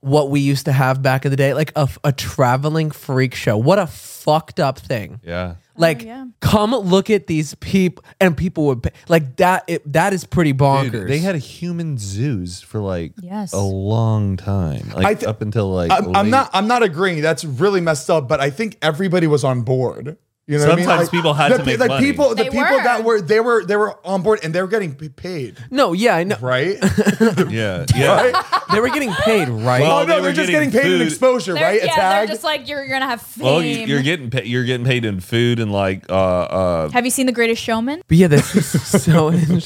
S2: what we used to have back in the day, like a, f- a traveling freak show. What a fucked up thing.
S1: yeah.
S2: Like,
S3: Oh, yeah.
S2: come look at these people, and people would pay. like that. It, that is pretty bonkers.
S1: Dude, they had human zoos for like
S3: Yes.
S1: a long time, like
S4: I th-
S1: up until like
S4: I'm, I'm
S1: late-
S4: not. I'm not agreeing. That's really messed up. But I think everybody was on board. You know, what I mean?
S1: Sometimes people had
S4: the,
S1: to
S4: pe-
S1: make
S4: like
S1: money.
S4: people. The
S3: They
S4: people that
S3: were.
S4: were they were they were on board and they were getting p- paid,
S2: no, yeah, I know.
S1: <laughs>
S4: right?
S1: <laughs> Oh,
S4: <laughs>
S1: Yeah, yeah.
S2: They were getting paid, right?
S1: Well,
S4: oh no,
S1: they
S4: they
S1: were
S4: are just
S1: getting
S4: getting paid in
S1: food.
S4: exposure,
S3: They're-
S4: right?
S3: Yeah,
S4: a tag. Oh,
S3: they're just like you're gonna have fame.
S1: well, you, you're getting pa- you're getting paid in food and like uh uh.
S3: have you seen The Greatest
S4: <laughs>
S3: Showman?
S2: but yeah, that's just so <laughs> in-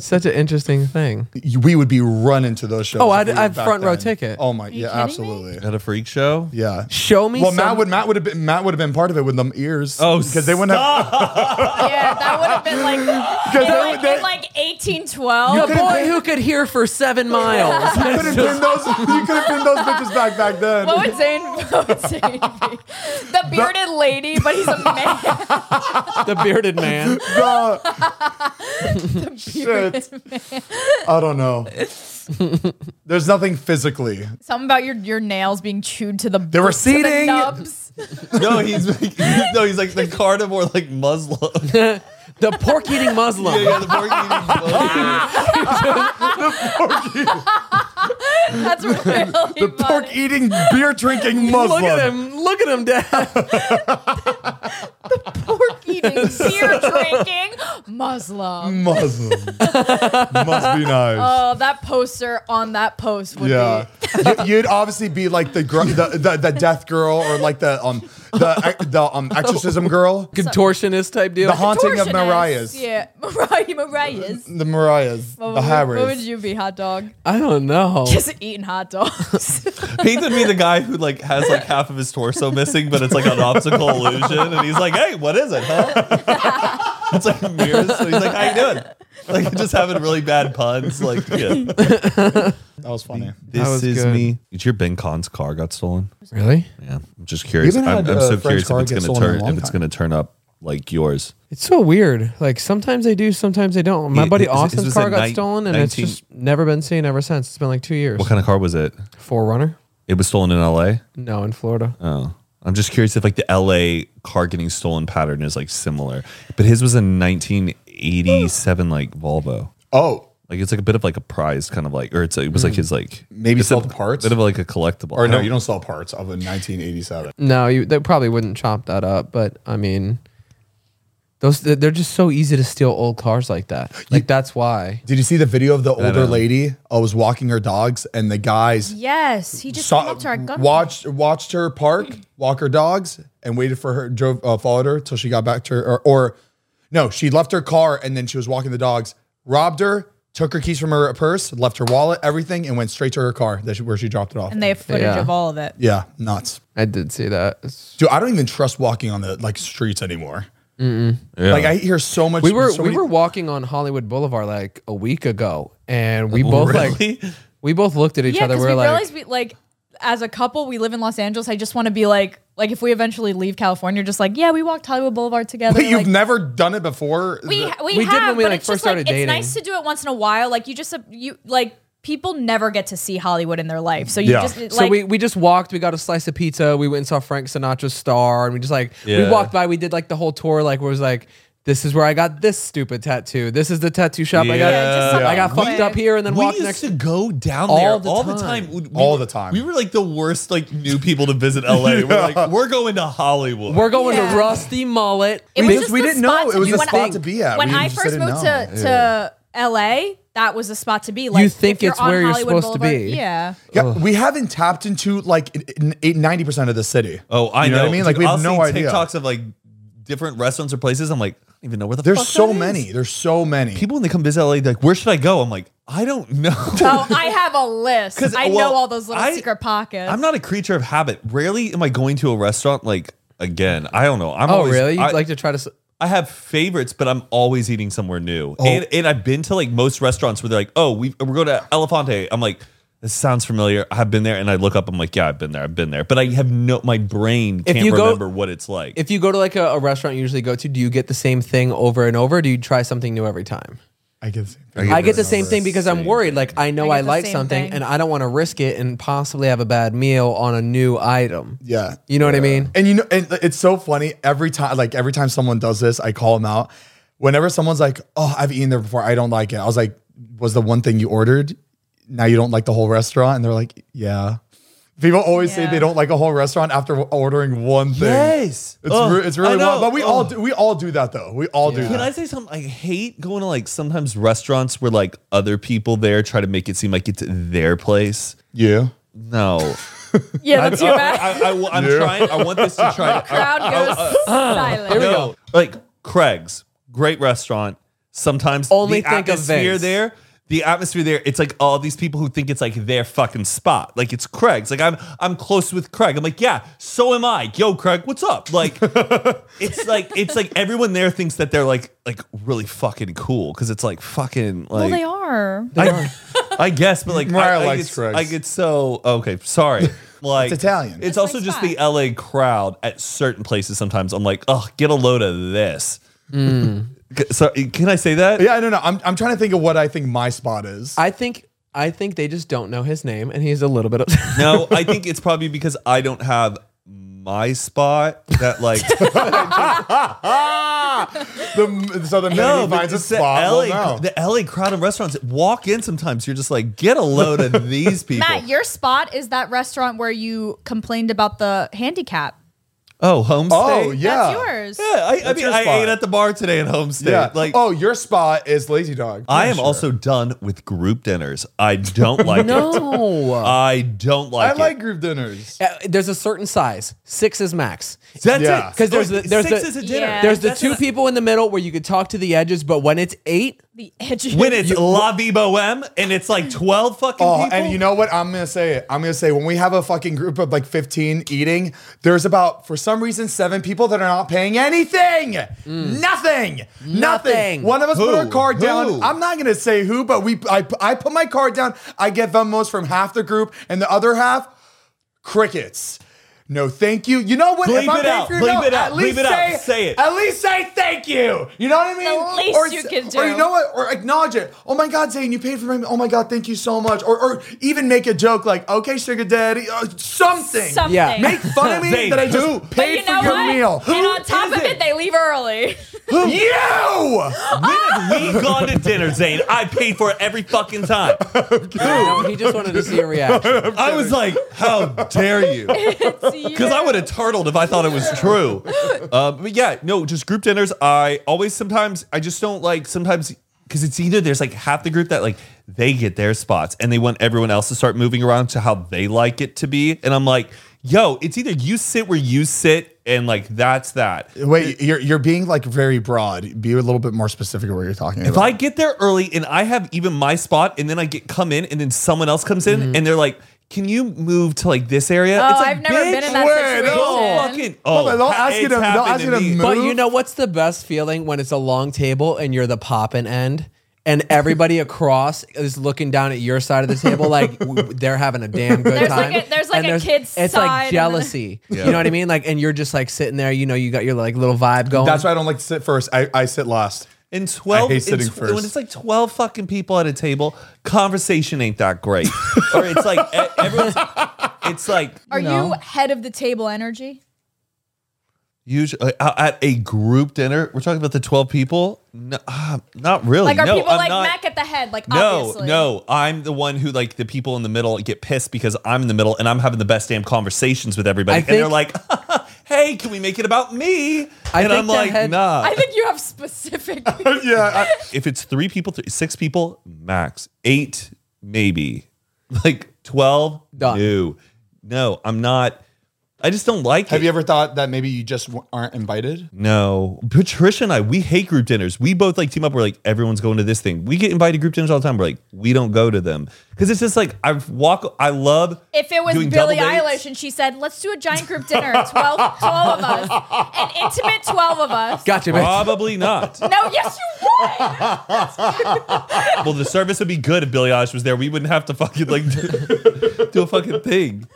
S2: such an interesting thing.
S4: You- we would be running to those shows.
S2: Oh,
S4: if
S2: I'd-
S4: we were
S2: I'd
S4: back
S2: front row ticket.
S4: Oh my, yeah,
S3: kidding me?
S4: absolutely,
S1: At a freak show.
S4: yeah.
S2: Show me.
S4: Well,
S2: some-
S4: Matt would Matt would have been Matt would have been part of it with them ears.
S1: Oh,
S4: because they wouldn't have. Oh.
S3: yeah, that would have been
S4: <laughs>
S3: like, in,
S4: they-
S3: like
S4: they-
S3: in like 1812.
S2: the
S3: <laughs>
S4: could've
S2: boy
S4: been-
S2: who could hear for seven miles.
S4: You could have been those. You could have been those bitches back back then.
S3: What would Zayn? What would Zayn be? oh, The bearded lady, but he's a man. <laughs>
S2: the bearded man.
S3: <laughs>
S4: The- shit. I don't know. There's nothing physically.
S3: Something about your your nails being chewed to the they
S4: were seeding.
S3: nubs.
S1: no, he's <laughs> no, he's like the carnivore, like Muslim. <laughs>
S2: The pork eating Muslim.
S1: the pork
S4: <laughs>
S3: That's really the
S4: Pork eating, beer
S3: <laughs>
S4: drinking Muslim.
S2: Look at him. Look at him, Dad.
S3: pork eating,
S4: <laughs>
S3: beer drinking Muslim.
S4: Muslim.
S3: <laughs>
S4: Must be nice.
S3: Oh, that poster on that post would
S4: yeah,
S3: be.
S4: you, would obviously be like the, gr- the the the death girl, or like the um
S3: <laughs>
S4: the the um exorcism girl,
S2: Contortionist type deal.
S4: the haunting of
S3: Torsionist.
S4: Mariah's,
S3: Yeah, <laughs> Mariah, Mariah's.
S4: the Mariah's,
S3: What
S4: the
S3: would,
S4: high
S3: what would
S4: rays.
S3: you be, hot
S4: <laughs>
S3: dog?
S2: I don't know.
S3: Just eating hot
S2: <laughs>
S3: dogs.
S1: eating. He'd be the guy who like has like half of his torso missing, but it's like an optical illusion, and he's like, "Hey, what is it, huh?" <laughs> It's like mirrors. So he's like, "How you doing?" Like just having really bad puns. Like, yeah.
S4: That was funny.
S1: this
S2: was
S1: is
S2: good.
S1: me. Did your Ben Con's car got stolen?
S2: Really?
S1: Yeah, I'm just curious.
S4: haven't
S1: I'm,
S4: had
S1: I'm
S4: a
S1: so
S4: French
S1: curious if
S4: car
S1: it's
S4: get
S1: gonna
S4: stolen in a
S1: turn if
S4: long
S1: it's
S4: time.
S1: gonna turn up like yours.
S2: It's so weird. Like sometimes they do, sometimes they don't. My
S1: Yeah,
S2: buddy
S1: is it- is
S2: Austin's
S1: this
S2: car
S1: a
S2: got
S1: ni-
S2: stolen, and it's
S1: 19
S2: just never been seen ever since. It's been like two years.
S1: What kind of car was it?
S2: Forerunner?
S1: It was stolen in L.A.
S2: No, in Florida.
S1: Oh. I'm just curious if like the LA car getting stolen pattern is like similar. But his was a 1987 like Volvo.
S4: Oh,
S1: Like it's like a bit of like a prize kind of like or it's it was like his like
S4: Maybe
S1: it's
S4: sell
S1: a
S4: the parts?
S1: Bit of like a collectible.
S4: or no,
S1: I
S4: you don't sell parts of a 1987.
S2: No, you, they probably wouldn't chop that up, but I mean, those they're they're just so easy to steal old cars like that. Like that's why.
S4: Did you see the video of the older
S1: um,
S4: lady? I was walking her dogs, and the guys
S3: yes, he just came
S4: saw,
S3: up to our gun.
S4: watched watched her park,
S3: <clears throat>
S4: walk her dogs, and waited for her. Drove uh, followed her till she got back to her, or, or no, she left her car and then she was walking the dogs. Robbed her, took her keys from her purse, left her wallet, everything, and went straight to her car. That's where she dropped it off.
S3: and they have footage
S2: Yeah.
S3: of all of it.
S4: yeah, nuts,
S2: I did see that. It's-
S4: dude. I don't even trust walking on the like streets anymore.
S1: Yeah.
S4: Like I hear so much.
S2: We were
S4: so
S2: we
S4: many- <laughs>
S2: were walking on Hollywood Boulevard like a week ago, and we
S1: <laughs>
S2: both
S1: Really?
S2: like we both looked at each
S3: Yeah,
S2: other.
S3: because
S2: We
S3: we
S2: are like,
S3: realized we like as a couple, we live in Los Angeles. I just want to be like, like if we eventually leave California, just like, yeah, we walked Hollywood Boulevard together.
S4: Wait, you've
S3: like,
S4: never done it before.
S3: we
S4: The-
S3: we,
S2: We did
S3: have,
S2: when we,
S3: but
S2: like,
S3: it's
S2: first
S3: just like
S2: started
S3: it's
S2: dating.
S3: nice to do it once in a while. Like you just you like people never get to see Hollywood in their life, so you
S4: Yeah.
S3: just like
S2: so we, we just walked. We got a slice of pizza. We went and saw Frank Sinatra's star, and we just like we
S1: Yeah.
S2: walked by. We did like the whole tour. Like where it was like, this is where I got this stupid tattoo. This is the tattoo shop I got.
S1: Yeah,
S3: just something
S2: I got
S3: quick.
S2: fucked up here, and then
S1: we
S2: walked
S1: used
S2: next.
S1: to go down
S2: All
S1: there
S2: the
S1: all the
S2: time.
S1: time. We- we
S4: All
S1: were-
S4: the time.
S1: We were like the worst like new people to visit LA.
S2: <laughs>
S1: We're like, we're going to Hollywood.
S2: We're going
S3: Yeah.
S2: to Rusty Mullet.
S3: It
S2: We
S3: was
S4: did-
S3: just
S4: we
S3: the
S4: didn't know.
S3: spot
S4: It
S3: to
S4: was
S3: be-
S4: the
S3: when
S4: spot
S3: I-
S4: to be at.
S3: When
S4: We
S3: I
S4: just
S3: first
S4: didn't
S3: moved
S4: know.
S3: to to LA, that was the spot to be. Like if
S2: think
S3: you're
S2: it's
S3: on
S2: where you're
S3: Hollywood
S2: supposed to be.
S3: Boulevard- Yeah,
S4: Yeah, we haven't tapped into like n- n- 90% of the city.
S1: Oh, I
S4: You
S1: know.
S4: what I mean? Like,
S1: Dude,
S4: we have
S1: I'll
S4: no
S1: see
S4: idea.
S1: TikToks of like different restaurants or places. I'm like, I don't even know where the
S4: There's
S1: fuck
S4: so
S1: that is.
S4: many. There's so many.
S1: People when they come visit LA, they're like, where should I go? I'm like, I don't know.
S3: oh, I have a list.
S1: 'Cause,
S3: I
S1: well,
S3: know all those little
S1: I-
S3: secret pockets.
S1: <laughs> I'm not a creature of habit. Rarely am I going to a restaurant like again. I don't know. I'm
S2: Oh
S1: always,
S2: really? You
S1: I,
S2: would like to try to? s-
S1: I have favorites, but I'm always eating somewhere new. And, and I've been to like most restaurants where they're like, oh, we we're going to Elefante. I'm like, this sounds familiar. I've been there. And I look up, I'm like, yeah, I've been there. I've been there. But I have no, my brain can't
S2: you go-
S1: remember what it's like.
S2: If you go to like a, a restaurant you usually go to, do you get the same thing over and over? Or do you try something new every time?
S4: I get the same
S1: I
S4: thing.
S2: I get the same thing because I'm
S1: same
S2: worried. Like I know
S3: I
S2: I,
S3: get the
S2: like
S3: same
S2: something
S3: thing.
S2: and I don't want to risk it and possibly have a bad meal on a new item.
S4: Yeah.
S2: You know what I mean?
S4: And you know, and it's so funny every time. Like every time someone does this, I call them out. Whenever someone's like, "Oh, I've eaten there before. I don't like it," I was like, "Was the one thing you ordered? Now you don't like the whole restaurant?" And they're like, "Yeah." People always say
S3: Yeah.
S4: they don't like a whole restaurant after ordering one thing.
S1: Yes.
S4: it's
S1: Ugh,
S4: re- it's
S1: I
S4: really
S1: know.
S4: wild. But we all
S1: Ugh.
S4: do, we all do that though. We all do
S1: Can
S4: that.
S1: I say something? I hate going to like sometimes restaurants where like other people there try to make it seem like it's their place.
S4: yeah.
S1: No,
S3: Yeah,
S1: I'm,
S3: that's your bad.
S1: I, am trying. I want this to try.
S3: Crowd goes silent.
S1: no, like Craig's, great restaurant. Sometimes
S2: Only
S1: the
S2: think of
S1: atmosphere
S2: Vince.
S1: there. The atmosphere there, it's like all these people who think it's like their fucking spot. Like it's Craig's. Like I'm I'm close with Craig. I'm like, yeah, so am I. Yo, Craig, what's up?
S2: <laughs>
S1: Like it's like it's like everyone there thinks that they're like like really fucking cool. Cause it's like fucking like
S3: Well, they are.
S1: I, I guess, but like
S4: Mariah
S1: I, I,
S4: likes
S1: get,
S4: Craig's.
S1: I get so okay. Sorry, like
S4: <laughs> It's Italian.
S1: It's
S3: That's my
S1: also just the
S3: spot.
S1: LA crowd at certain places. Sometimes I'm like, oh, get a load of this. C- So can I say that?
S4: Hmm. Yeah, no, no. I'm, I'm trying to think of what I think my spot is.
S2: I think I think they just don't know his name and he's a little bit upset.
S1: No, I think it's probably because I don't have my spot that
S4: <laughs>
S1: like
S4: the, so the minute he
S1: but
S4: finds a
S1: it's the
S4: spot,
S1: LA,
S4: we'll know.
S1: the LA crowd of restaurants walk in sometimes you're just like get a load
S3: <laughs>
S1: of these people
S3: Matt, your spot is that restaurant where you complained about the handicap.
S1: oh homestay
S4: oh yeah,
S3: That's yours.
S1: yeah I, I
S4: That's
S1: mean
S4: your
S1: I
S4: spot.
S1: ate at the bar today at homestay
S4: yeah.
S1: like
S4: oh, your spot is Lazy Dog.
S1: I
S4: Yeah,
S1: am
S4: sure.
S1: also done with group dinners. I don't like it.
S2: <laughs> no.
S1: I don't like
S4: I
S1: it.
S4: like group dinners.
S2: Uh, there's a certain size. Six is max.
S1: That's
S4: Yeah.
S1: it. Oh,
S2: 'Cause there's the- there's
S1: six
S2: the-
S1: is a dinner.
S3: Yeah.
S2: There's the
S1: That's
S2: two
S1: it.
S2: people in the middle where you could talk to the edges, but when it's eight,
S3: The edge.
S1: When it's La Vie Boheme and it's like 12 fucking
S4: Oh,
S1: people.
S4: and you know what? I'm gonna say it. I'm gonna say when we have a fucking group of like 15 eating, there's about for some reason seven people that are not paying anything, nothing, nothing.
S2: Nothing.
S4: One of us put
S1: Mm. Who?
S4: our card down.
S1: Who?
S4: I'm not gonna say who, but we I I put my card down. I get Venmos from half the group, and the other half crickets. No, thank you. You know what?
S1: Bleep it
S4: paying
S1: out.
S4: for your
S1: Bleep
S4: meal,
S1: it out.
S4: at least
S1: Bleep it out. Say it.
S4: At least say thank you. You know what I mean?
S3: The least you
S4: s-
S3: can
S4: Or you
S3: do.
S4: know what? Or acknowledge it. Oh my God, Zane, you paid for my. Oh my God, thank you so much. Or, or even make a joke like, okay, sugar daddy, uh, something.
S3: something.
S2: Yeah.
S4: Make fun of me
S1: Zane,
S4: that I just
S1: who?
S3: But
S4: paid
S3: you know
S4: for your
S3: what?
S4: meal.
S3: And on top of
S1: it?
S3: it? they leave early.
S4: Who? You.
S1: when have we gone to dinner, Zane? I paid for it every fucking time.
S2: no, he just wanted to see a reaction.
S1: I was like, how dare you? Because I would have turtled if I thought it was true. Um, but yeah, no, just group dinners. I always sometimes I just don't like sometimes because it's either there's like half the group that like they get their spots and they want everyone else to start moving around to how they like it to be, and I'm like, yo, it's either you sit where you sit and like that's that.
S4: Wait, you're you're being like very broad. Be a little bit more specific where you're talking
S1: If I get there early and I have even my spot, and then I get come in, and then someone else comes
S4: Mm-hmm.
S1: in, and they're like. Can you move to like this area?
S3: Oh,
S1: It's like,
S3: I've never been
S1: "Bitch,
S3: in that
S4: where the
S3: situation.
S1: Don't fucking. Oh,
S4: Hold on, don't ask you
S1: it's
S4: to- don't
S1: happened
S4: ask you to
S1: me.
S4: move.
S2: But you know what's the best feeling when it's a long table and you're the poppin' end? And
S4: <laughs>
S2: everybody across is looking down at your side of the table like w- they're having a damn good
S3: There's
S2: time.
S3: like a- there's like
S2: And
S3: a kid's
S2: It's
S3: side
S2: like
S3: and- <laughs>
S2: jealousy.
S1: Yeah.
S2: You know what I mean? Like, and you're just like sitting there. You know, you got your like little vibe going.
S4: That's why I don't like to sit first. I, I sit last. <laughs>
S1: In twelve,
S4: I hate
S1: in
S4: sitting
S1: tw-
S4: first.
S1: when it's like twelve fucking people at a table, conversation ain't that
S4: <laughs>
S1: great. or it's like e- everyone's. It's like
S3: Are
S2: No.
S3: you head of the table energy?
S1: usually at uh, a group dinner. We're talking about the twelve people. No, ah, not really.
S3: Like, are
S1: no,
S3: people
S1: I'm
S3: like
S1: not-
S3: Mac at the head? Like,
S1: No,
S3: obviously.
S1: no, uh, I'm the one who like the people in the middle get pissed because I'm in the middle and I'm having the best damn conversations with everybody,
S2: I
S1: and they're
S2: think-
S1: like, <laughs> "Hey, can we make it about me?"
S2: I
S1: and
S2: think
S1: I'm
S2: the
S1: like,
S2: head-
S1: "Nah." Uh,
S3: I think you
S1: <laughs>
S3: have specific.
S4: yeah.
S1: if it's three people, three, six people max, eight maybe, like twelve.
S2: Done.
S1: No, no, I'm not. I just don't like it.
S4: Have you ever thought that maybe you just w- aren't invited?
S1: no. Patricia and I, we hate group dinners. We both like team up. We're like, everyone's going to this thing. We get invited to group dinners all the time. We're like, we don't go to them. Because it's just like, I walk, I love.
S3: If it was
S1: doing
S3: Billie
S1: double dates.
S3: Eilish and she said, let's do a giant group dinner, 12, 12 of us, an intimate 12 of us.
S2: Gotcha,
S4: Oh.
S2: bitch.
S1: Probably not.
S3: No, yes, you would.
S1: Well, the service would be good if Billie Eilish was there. We wouldn't have to fucking like do <laughs> a fucking thing.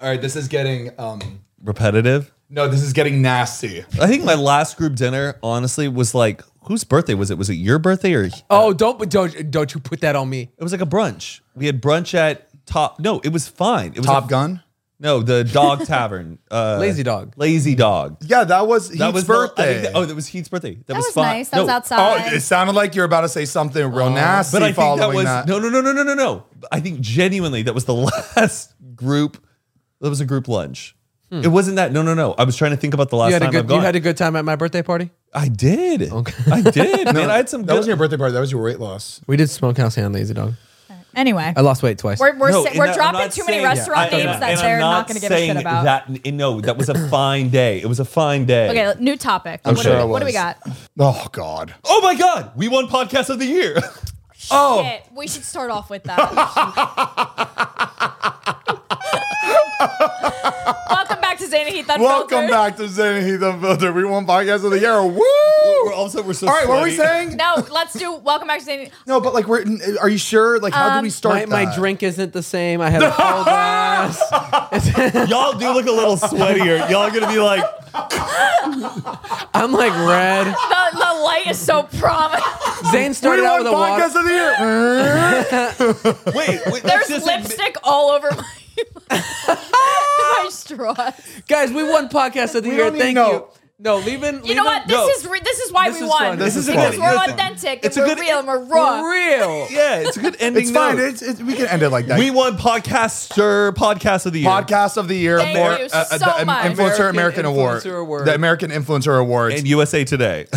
S4: All right, this is getting um
S1: Repetitive.
S4: no, this is getting nasty.
S1: I think my last group dinner, honestly, was like whose birthday was it? Was it your birthday or it
S2: Oh, don't don't don't you put that on me.
S1: was like a brunch? We had brunch at Top. No, it was fine. It was
S4: Top
S1: a-
S4: Gun.
S1: No, the Dog Tavern. Uh,
S2: Lazy Dog.
S1: Lazy Dog.
S4: Yeah, that was Heath's
S1: That was the- I think
S4: birthday.
S1: that- oh, that was Heath's birthday. That, was,
S3: was
S1: fine.
S3: nice. That was outside.
S4: Oh, it sounded like you're about to say something real nasty.
S1: Oh, But I think
S4: following
S1: that was no, no, no, no, no, no, no. I think genuinely that was the <laughs> last group. That was a group lunch.
S4: Hmm.
S1: It wasn't that. No, no, no. I was trying to think about the last
S2: You had a
S1: time I've
S2: good
S1: gone.
S2: you had a good time at my birthday party.
S1: I did. Okay. I
S4: <laughs>
S1: did. man, I had some.
S4: that
S1: good-
S4: wasn't your birthday party. That was your weight loss.
S2: We did smokehouse and Lazy Dog.
S3: Anyway,
S2: I lost weight twice.
S3: we're, we're,
S1: No,
S3: sa-
S1: and
S3: we're
S1: that- I'm
S3: dropping
S1: not
S3: too many
S1: saying-
S3: restaurant
S1: I-
S3: names
S1: and
S3: that
S1: I'm
S3: they're not,
S1: not
S3: going to give a shit
S1: saying
S3: about.
S1: That, no, that was a fine day. It was a fine day.
S3: Okay, new topic. what,
S4: sure
S3: do
S4: I
S3: we, what do we
S4: was.
S3: got?
S4: Oh God.
S1: Oh my God, we won podcast of the year. <laughs>
S3: Oh, we should start off with that. Welcome back to Zane and Heath Unfiltered.
S4: Welcome back to Zen Heath Unfiltered. We won podcast of the year. Woo!
S1: we're also we're so.
S4: All right, what were we
S1: sweaty.
S4: saying?
S3: No, let's do welcome back to Zane.
S4: <laughs> No, but like, we're. Are you sure? Like, how do we
S2: my,
S4: start?
S2: my
S4: that?
S2: drink isn't the same. I
S4: <laughs>
S2: had a cold glass.
S1: Y'all do look a little sweatier. Y'all gonna be like,
S2: I'm like
S4: <laughs>
S2: red.
S3: The, the light is so prominent.
S2: Zane
S4: We
S2: started
S4: won
S2: out with a water.
S4: podcast of
S1: <laughs>
S4: the year.
S1: wait, wait
S3: There's
S1: that's just
S3: lipstick all over my, my straw.
S2: Guys, we won podcast of the
S4: We
S2: year.
S4: don't need-
S2: Thank
S4: no.
S2: you. No, leave in.
S3: You know what? This is re- this is why
S2: This
S3: we
S2: is
S3: won.
S2: fun. This
S4: is
S3: because
S4: fun.
S3: we're
S1: It's a-
S3: authentic.
S1: it's
S3: and
S1: a
S3: we're
S1: good-
S3: real. And we're raw.
S2: real.
S1: yeah, it's a good ending.
S4: It's fine.
S1: note.
S4: It's, it's, we can end it like that.
S1: we won podcaster podcast of the year,
S4: podcast of the year
S3: Thank
S4: for uh,
S3: you so
S4: the Im-
S3: much.
S4: influencer
S2: American
S4: American award.
S2: Influencer Award.
S4: The American Influencer Awards.
S1: and USA Today. <laughs>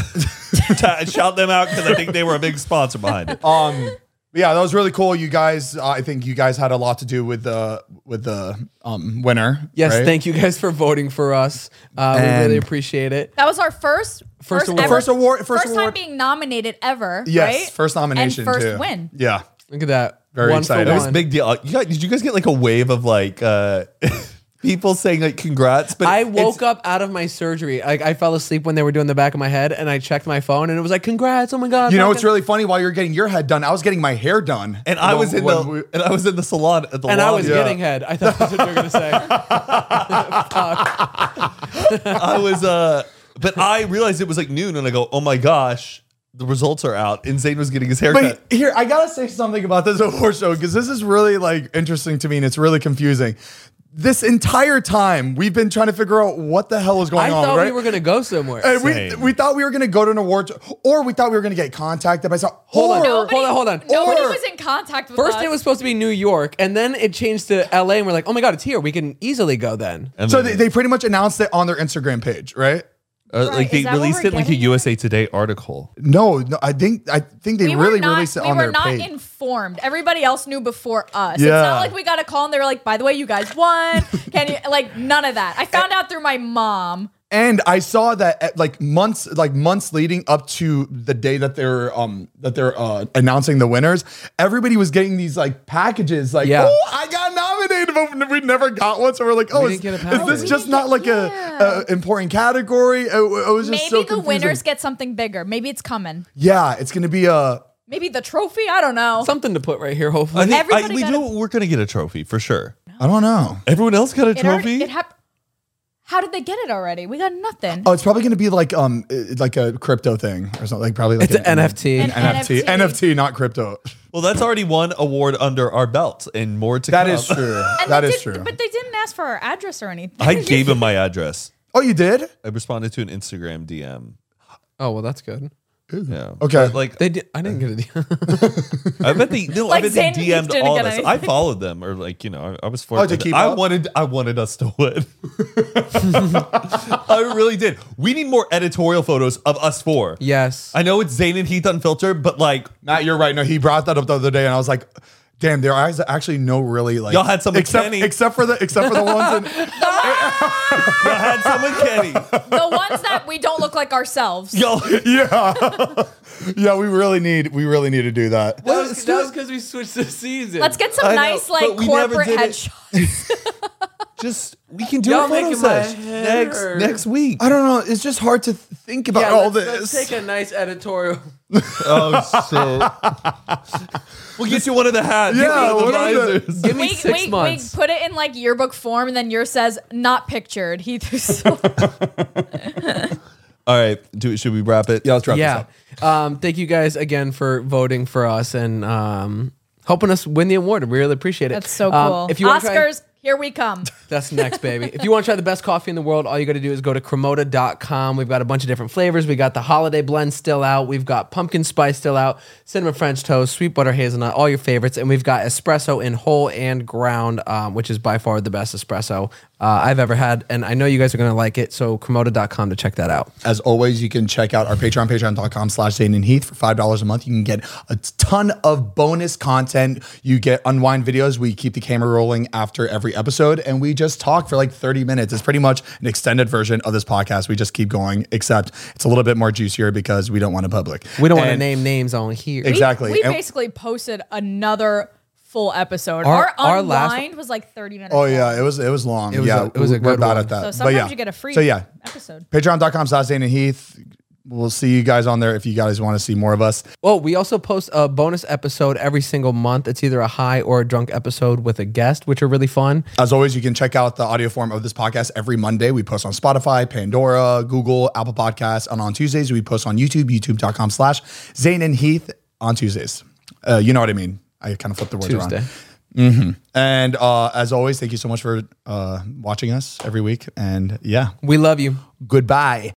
S1: Ta- Shout them out because I think they were a big sponsor behind it.
S4: um but yeah that was really cool you guys uh, i think you guys had a lot to do with the with the um winner
S2: Yes,
S4: right?
S2: thank you guys for voting for us. Uh, we
S4: And-
S2: really appreciate it.
S3: That was our first
S2: First award.
S3: ever-
S4: First award- first award.
S3: time being nominated ever.
S4: yes
S3: right?
S4: first nomination
S3: and first
S4: too.
S3: win.
S4: yeah
S2: Look at that.
S4: Very
S2: one
S4: excited.
S2: For
S1: That
S2: one.
S1: was a big deal. Uh, You guys, did you guys get like a wave of like uh, <laughs> people saying like congrats? But
S2: I
S1: it's-
S2: woke up out of my surgery. Like I fell asleep when they were doing the back of my head, and I checked my phone, and it was like, "Congrats! Oh my god!"
S4: you know
S2: fucking-
S4: what's really funny while you're getting your head done i was getting my hair done
S1: and I
S4: When-
S1: was in
S4: when
S1: the
S4: we-
S1: and I was in the salon at the
S2: And I was
S1: lobby.
S2: getting head. I thought that's what you were
S4: <laughs>
S2: gonna say.
S1: I was
S3: <laughs>
S1: uh but I realized it was like noon and I go, "Oh my gosh, the results are out." And Zane was getting his haircut.
S4: but here i gotta say something about this <laughs> award show because this is really like interesting to me and it's really confusing this entire time we've been trying to figure out what the hell is going
S2: I
S4: on
S2: thought
S4: right?
S2: we were gonna go somewhere.
S4: And we,
S1: Same.
S4: we thought we were going to go to an award, show, or we thought we were going to get contacted by some.
S2: Hold on.
S4: or-
S2: Nobody- Hold on, hold on.
S3: Nobody
S4: Or-
S3: was in contact with
S2: First,
S3: us.
S2: it was supposed to be New York, and then it changed to LA, and we're like, "Oh my god, it's here! We can easily go then."
S1: And
S4: So
S1: then-
S4: they, they pretty much announced it on their Instagram page, right?
S1: uh,
S3: Right,
S1: like
S3: is
S1: they
S3: that what
S1: released
S3: we're
S1: it like a
S3: getting?
S1: USA Today article.
S4: No, no, I think I think they
S3: we were
S4: really
S3: not,
S4: released it
S3: we
S4: on
S3: were
S4: their
S3: not
S4: page.
S3: informed. Everybody else knew before us. It's
S4: Yeah.
S3: not like we got a call and they were like, "By the way, you guys won." Can you like none of that? I found out through my mom.
S4: and I saw that at, like months, like months leading up to the day that they're um that they're uh, announcing the winners, everybody was getting these like packages, like
S2: Yeah.
S4: oh, I got nominated, but we never got one. So we're like, oh,
S2: We
S4: is,
S2: didn't get a
S4: is
S2: package.
S4: this
S2: We
S4: just
S3: didn't
S4: not
S3: get-
S4: like
S3: yeah.
S4: a, a important category? It, it was just
S3: Maybe
S4: so
S3: the
S4: confusing.
S3: winners get something bigger. Maybe it's coming.
S4: yeah, it's gonna be a.
S3: Maybe the trophy. I don't know.
S2: Something to put right here, hopefully.
S1: I think I,
S3: Everybody
S1: we
S3: got
S1: do. We're gonna get a trophy for sure.
S4: I don't know.
S1: Everyone else got a
S3: it
S1: trophy.
S3: Already, it hap- How did they get it already? We got nothing.
S4: Oh, it's probably going to be like um uh, like a crypto thing or something. Like probably like
S2: It's an NFT.
S4: An
S3: An
S4: NFT.
S3: NFT.
S4: NFT, not crypto.
S1: well, that's already one award under our belt, and more to
S4: That
S1: come.
S4: is <laughs> true.
S3: And
S4: that
S3: they
S4: is
S3: did-
S4: true.
S3: But they didn't ask for our address or anything.
S1: <laughs> I gave him my address.
S4: Oh, you did?
S1: I responded to an Instagram DM.
S2: oh well, that's good.
S1: Yeah.
S4: Okay.
S1: But, like
S2: They did. I didn't get a deal. <laughs>
S1: I bet they no.
S3: Like
S1: I bet they
S3: Zane
S1: DM'd
S3: didn't
S1: all
S3: get
S1: of us. I
S3: anything.
S1: followed them, or like you know, I, I was flirting.
S4: Oh, to
S1: with-
S4: keep
S1: I
S4: up?
S1: wanted, I wanted us to win. <laughs> I really did. We need more editorial photos of us four.
S2: yes.
S1: I know it's Zane and Heath unfiltered, but like
S4: <laughs> Matt, you're right. No, he brought that up the other day, and I was like, Damn, there are actually no really like
S1: Y'all had some with
S4: except,
S1: Kenny.
S4: except for the except for the ones in
S1: I had some with Kenny.
S3: <laughs> The ones that we don't look like ourselves.
S1: Yo,
S4: yeah yeah we really need we really need to do that.
S2: That was because we switched the season.
S3: Let's get some
S1: I know,
S3: nice
S1: but
S3: like
S1: we never
S3: corporate
S1: did it.
S3: headshots.
S1: just we can do
S2: Y'all
S1: a photo
S2: making my
S1: sesh
S2: head
S1: next
S2: hurt.
S1: next week.
S4: I don't know. It's just hard to th- think about all this.
S2: take a nice editorial.
S1: Oh shit! <laughs> we'll get you one of the hats.
S4: Yeah,
S1: one of the
S4: what are the-
S1: visors.
S2: <laughs> Give me
S3: We,
S2: six
S3: we, we
S2: months.
S3: put it in like yearbook form, and then yours says not pictured. <laughs> He threw so-
S1: All right, do, should we wrap it? Yeah, let's wrap this
S2: yeah.
S1: up.
S2: Um, thank you guys again for voting for us and um, helping us win the award. We really appreciate it.
S3: That's so cool.
S2: Um, if you wanna try-
S3: Oscars, here we come.
S2: That's next, baby. if you want to try the best coffee in the world, all you got to do is go to cremoda.com. We've got a bunch of different flavors. We got the holiday blend still out. We've got pumpkin spice still out, cinnamon French toast, sweet butter hazelnut, all your favorites. And we've got espresso in whole and ground, um, which is by far the best espresso uh, I've ever had. And I know you guys are going to like it. So, cremoda.com to check that out.
S4: As always, you can check out our Patreon, patreon.com slash Zane and Heath for $5 a month. You can get a ton of bonus content. You get unwind videos. We keep the camera rolling after every episode and we just talk for like 30 minutes. It's pretty much an extended version of this podcast. We just keep going, except it's a little bit more juicier because we don't want to public.
S2: We don't want to
S4: And-
S2: name names on here.
S3: We-
S4: Exactly.
S3: We,
S4: And-
S3: basically posted another full episode.
S2: Our-
S3: Our,
S2: our last-
S3: unwind was like 30 minutes.
S4: Oh
S3: long.
S4: yeah, it was it was long.
S2: was
S4: yeah,
S2: a- it was a
S4: we're
S2: good
S4: bad
S2: one.
S4: at that.
S3: So
S4: But
S3: sometimes
S4: yeah.
S3: you get a free
S4: So yeah,
S3: episode.
S4: patreon.com slash Zane and Heath. We'll see you guys on there if you guys want to see more of us.
S2: Oh, we also post a bonus episode every single month. It's either a high or a drunk episode with a guest, which are really fun.
S4: As always, you can check out the audio form of this podcast every Monday. We post on Spotify, Pandora, Google, Apple Podcasts, and on Tuesdays we post on YouTube, youtube.com slash Zane and Heath on Tuesdays. Uh, you know what I mean. I kind of flipped the words
S2: Tuesday.
S4: around. And uh, as always, thank you so much for uh, watching us every week. And yeah,
S2: We love you.
S4: goodbye.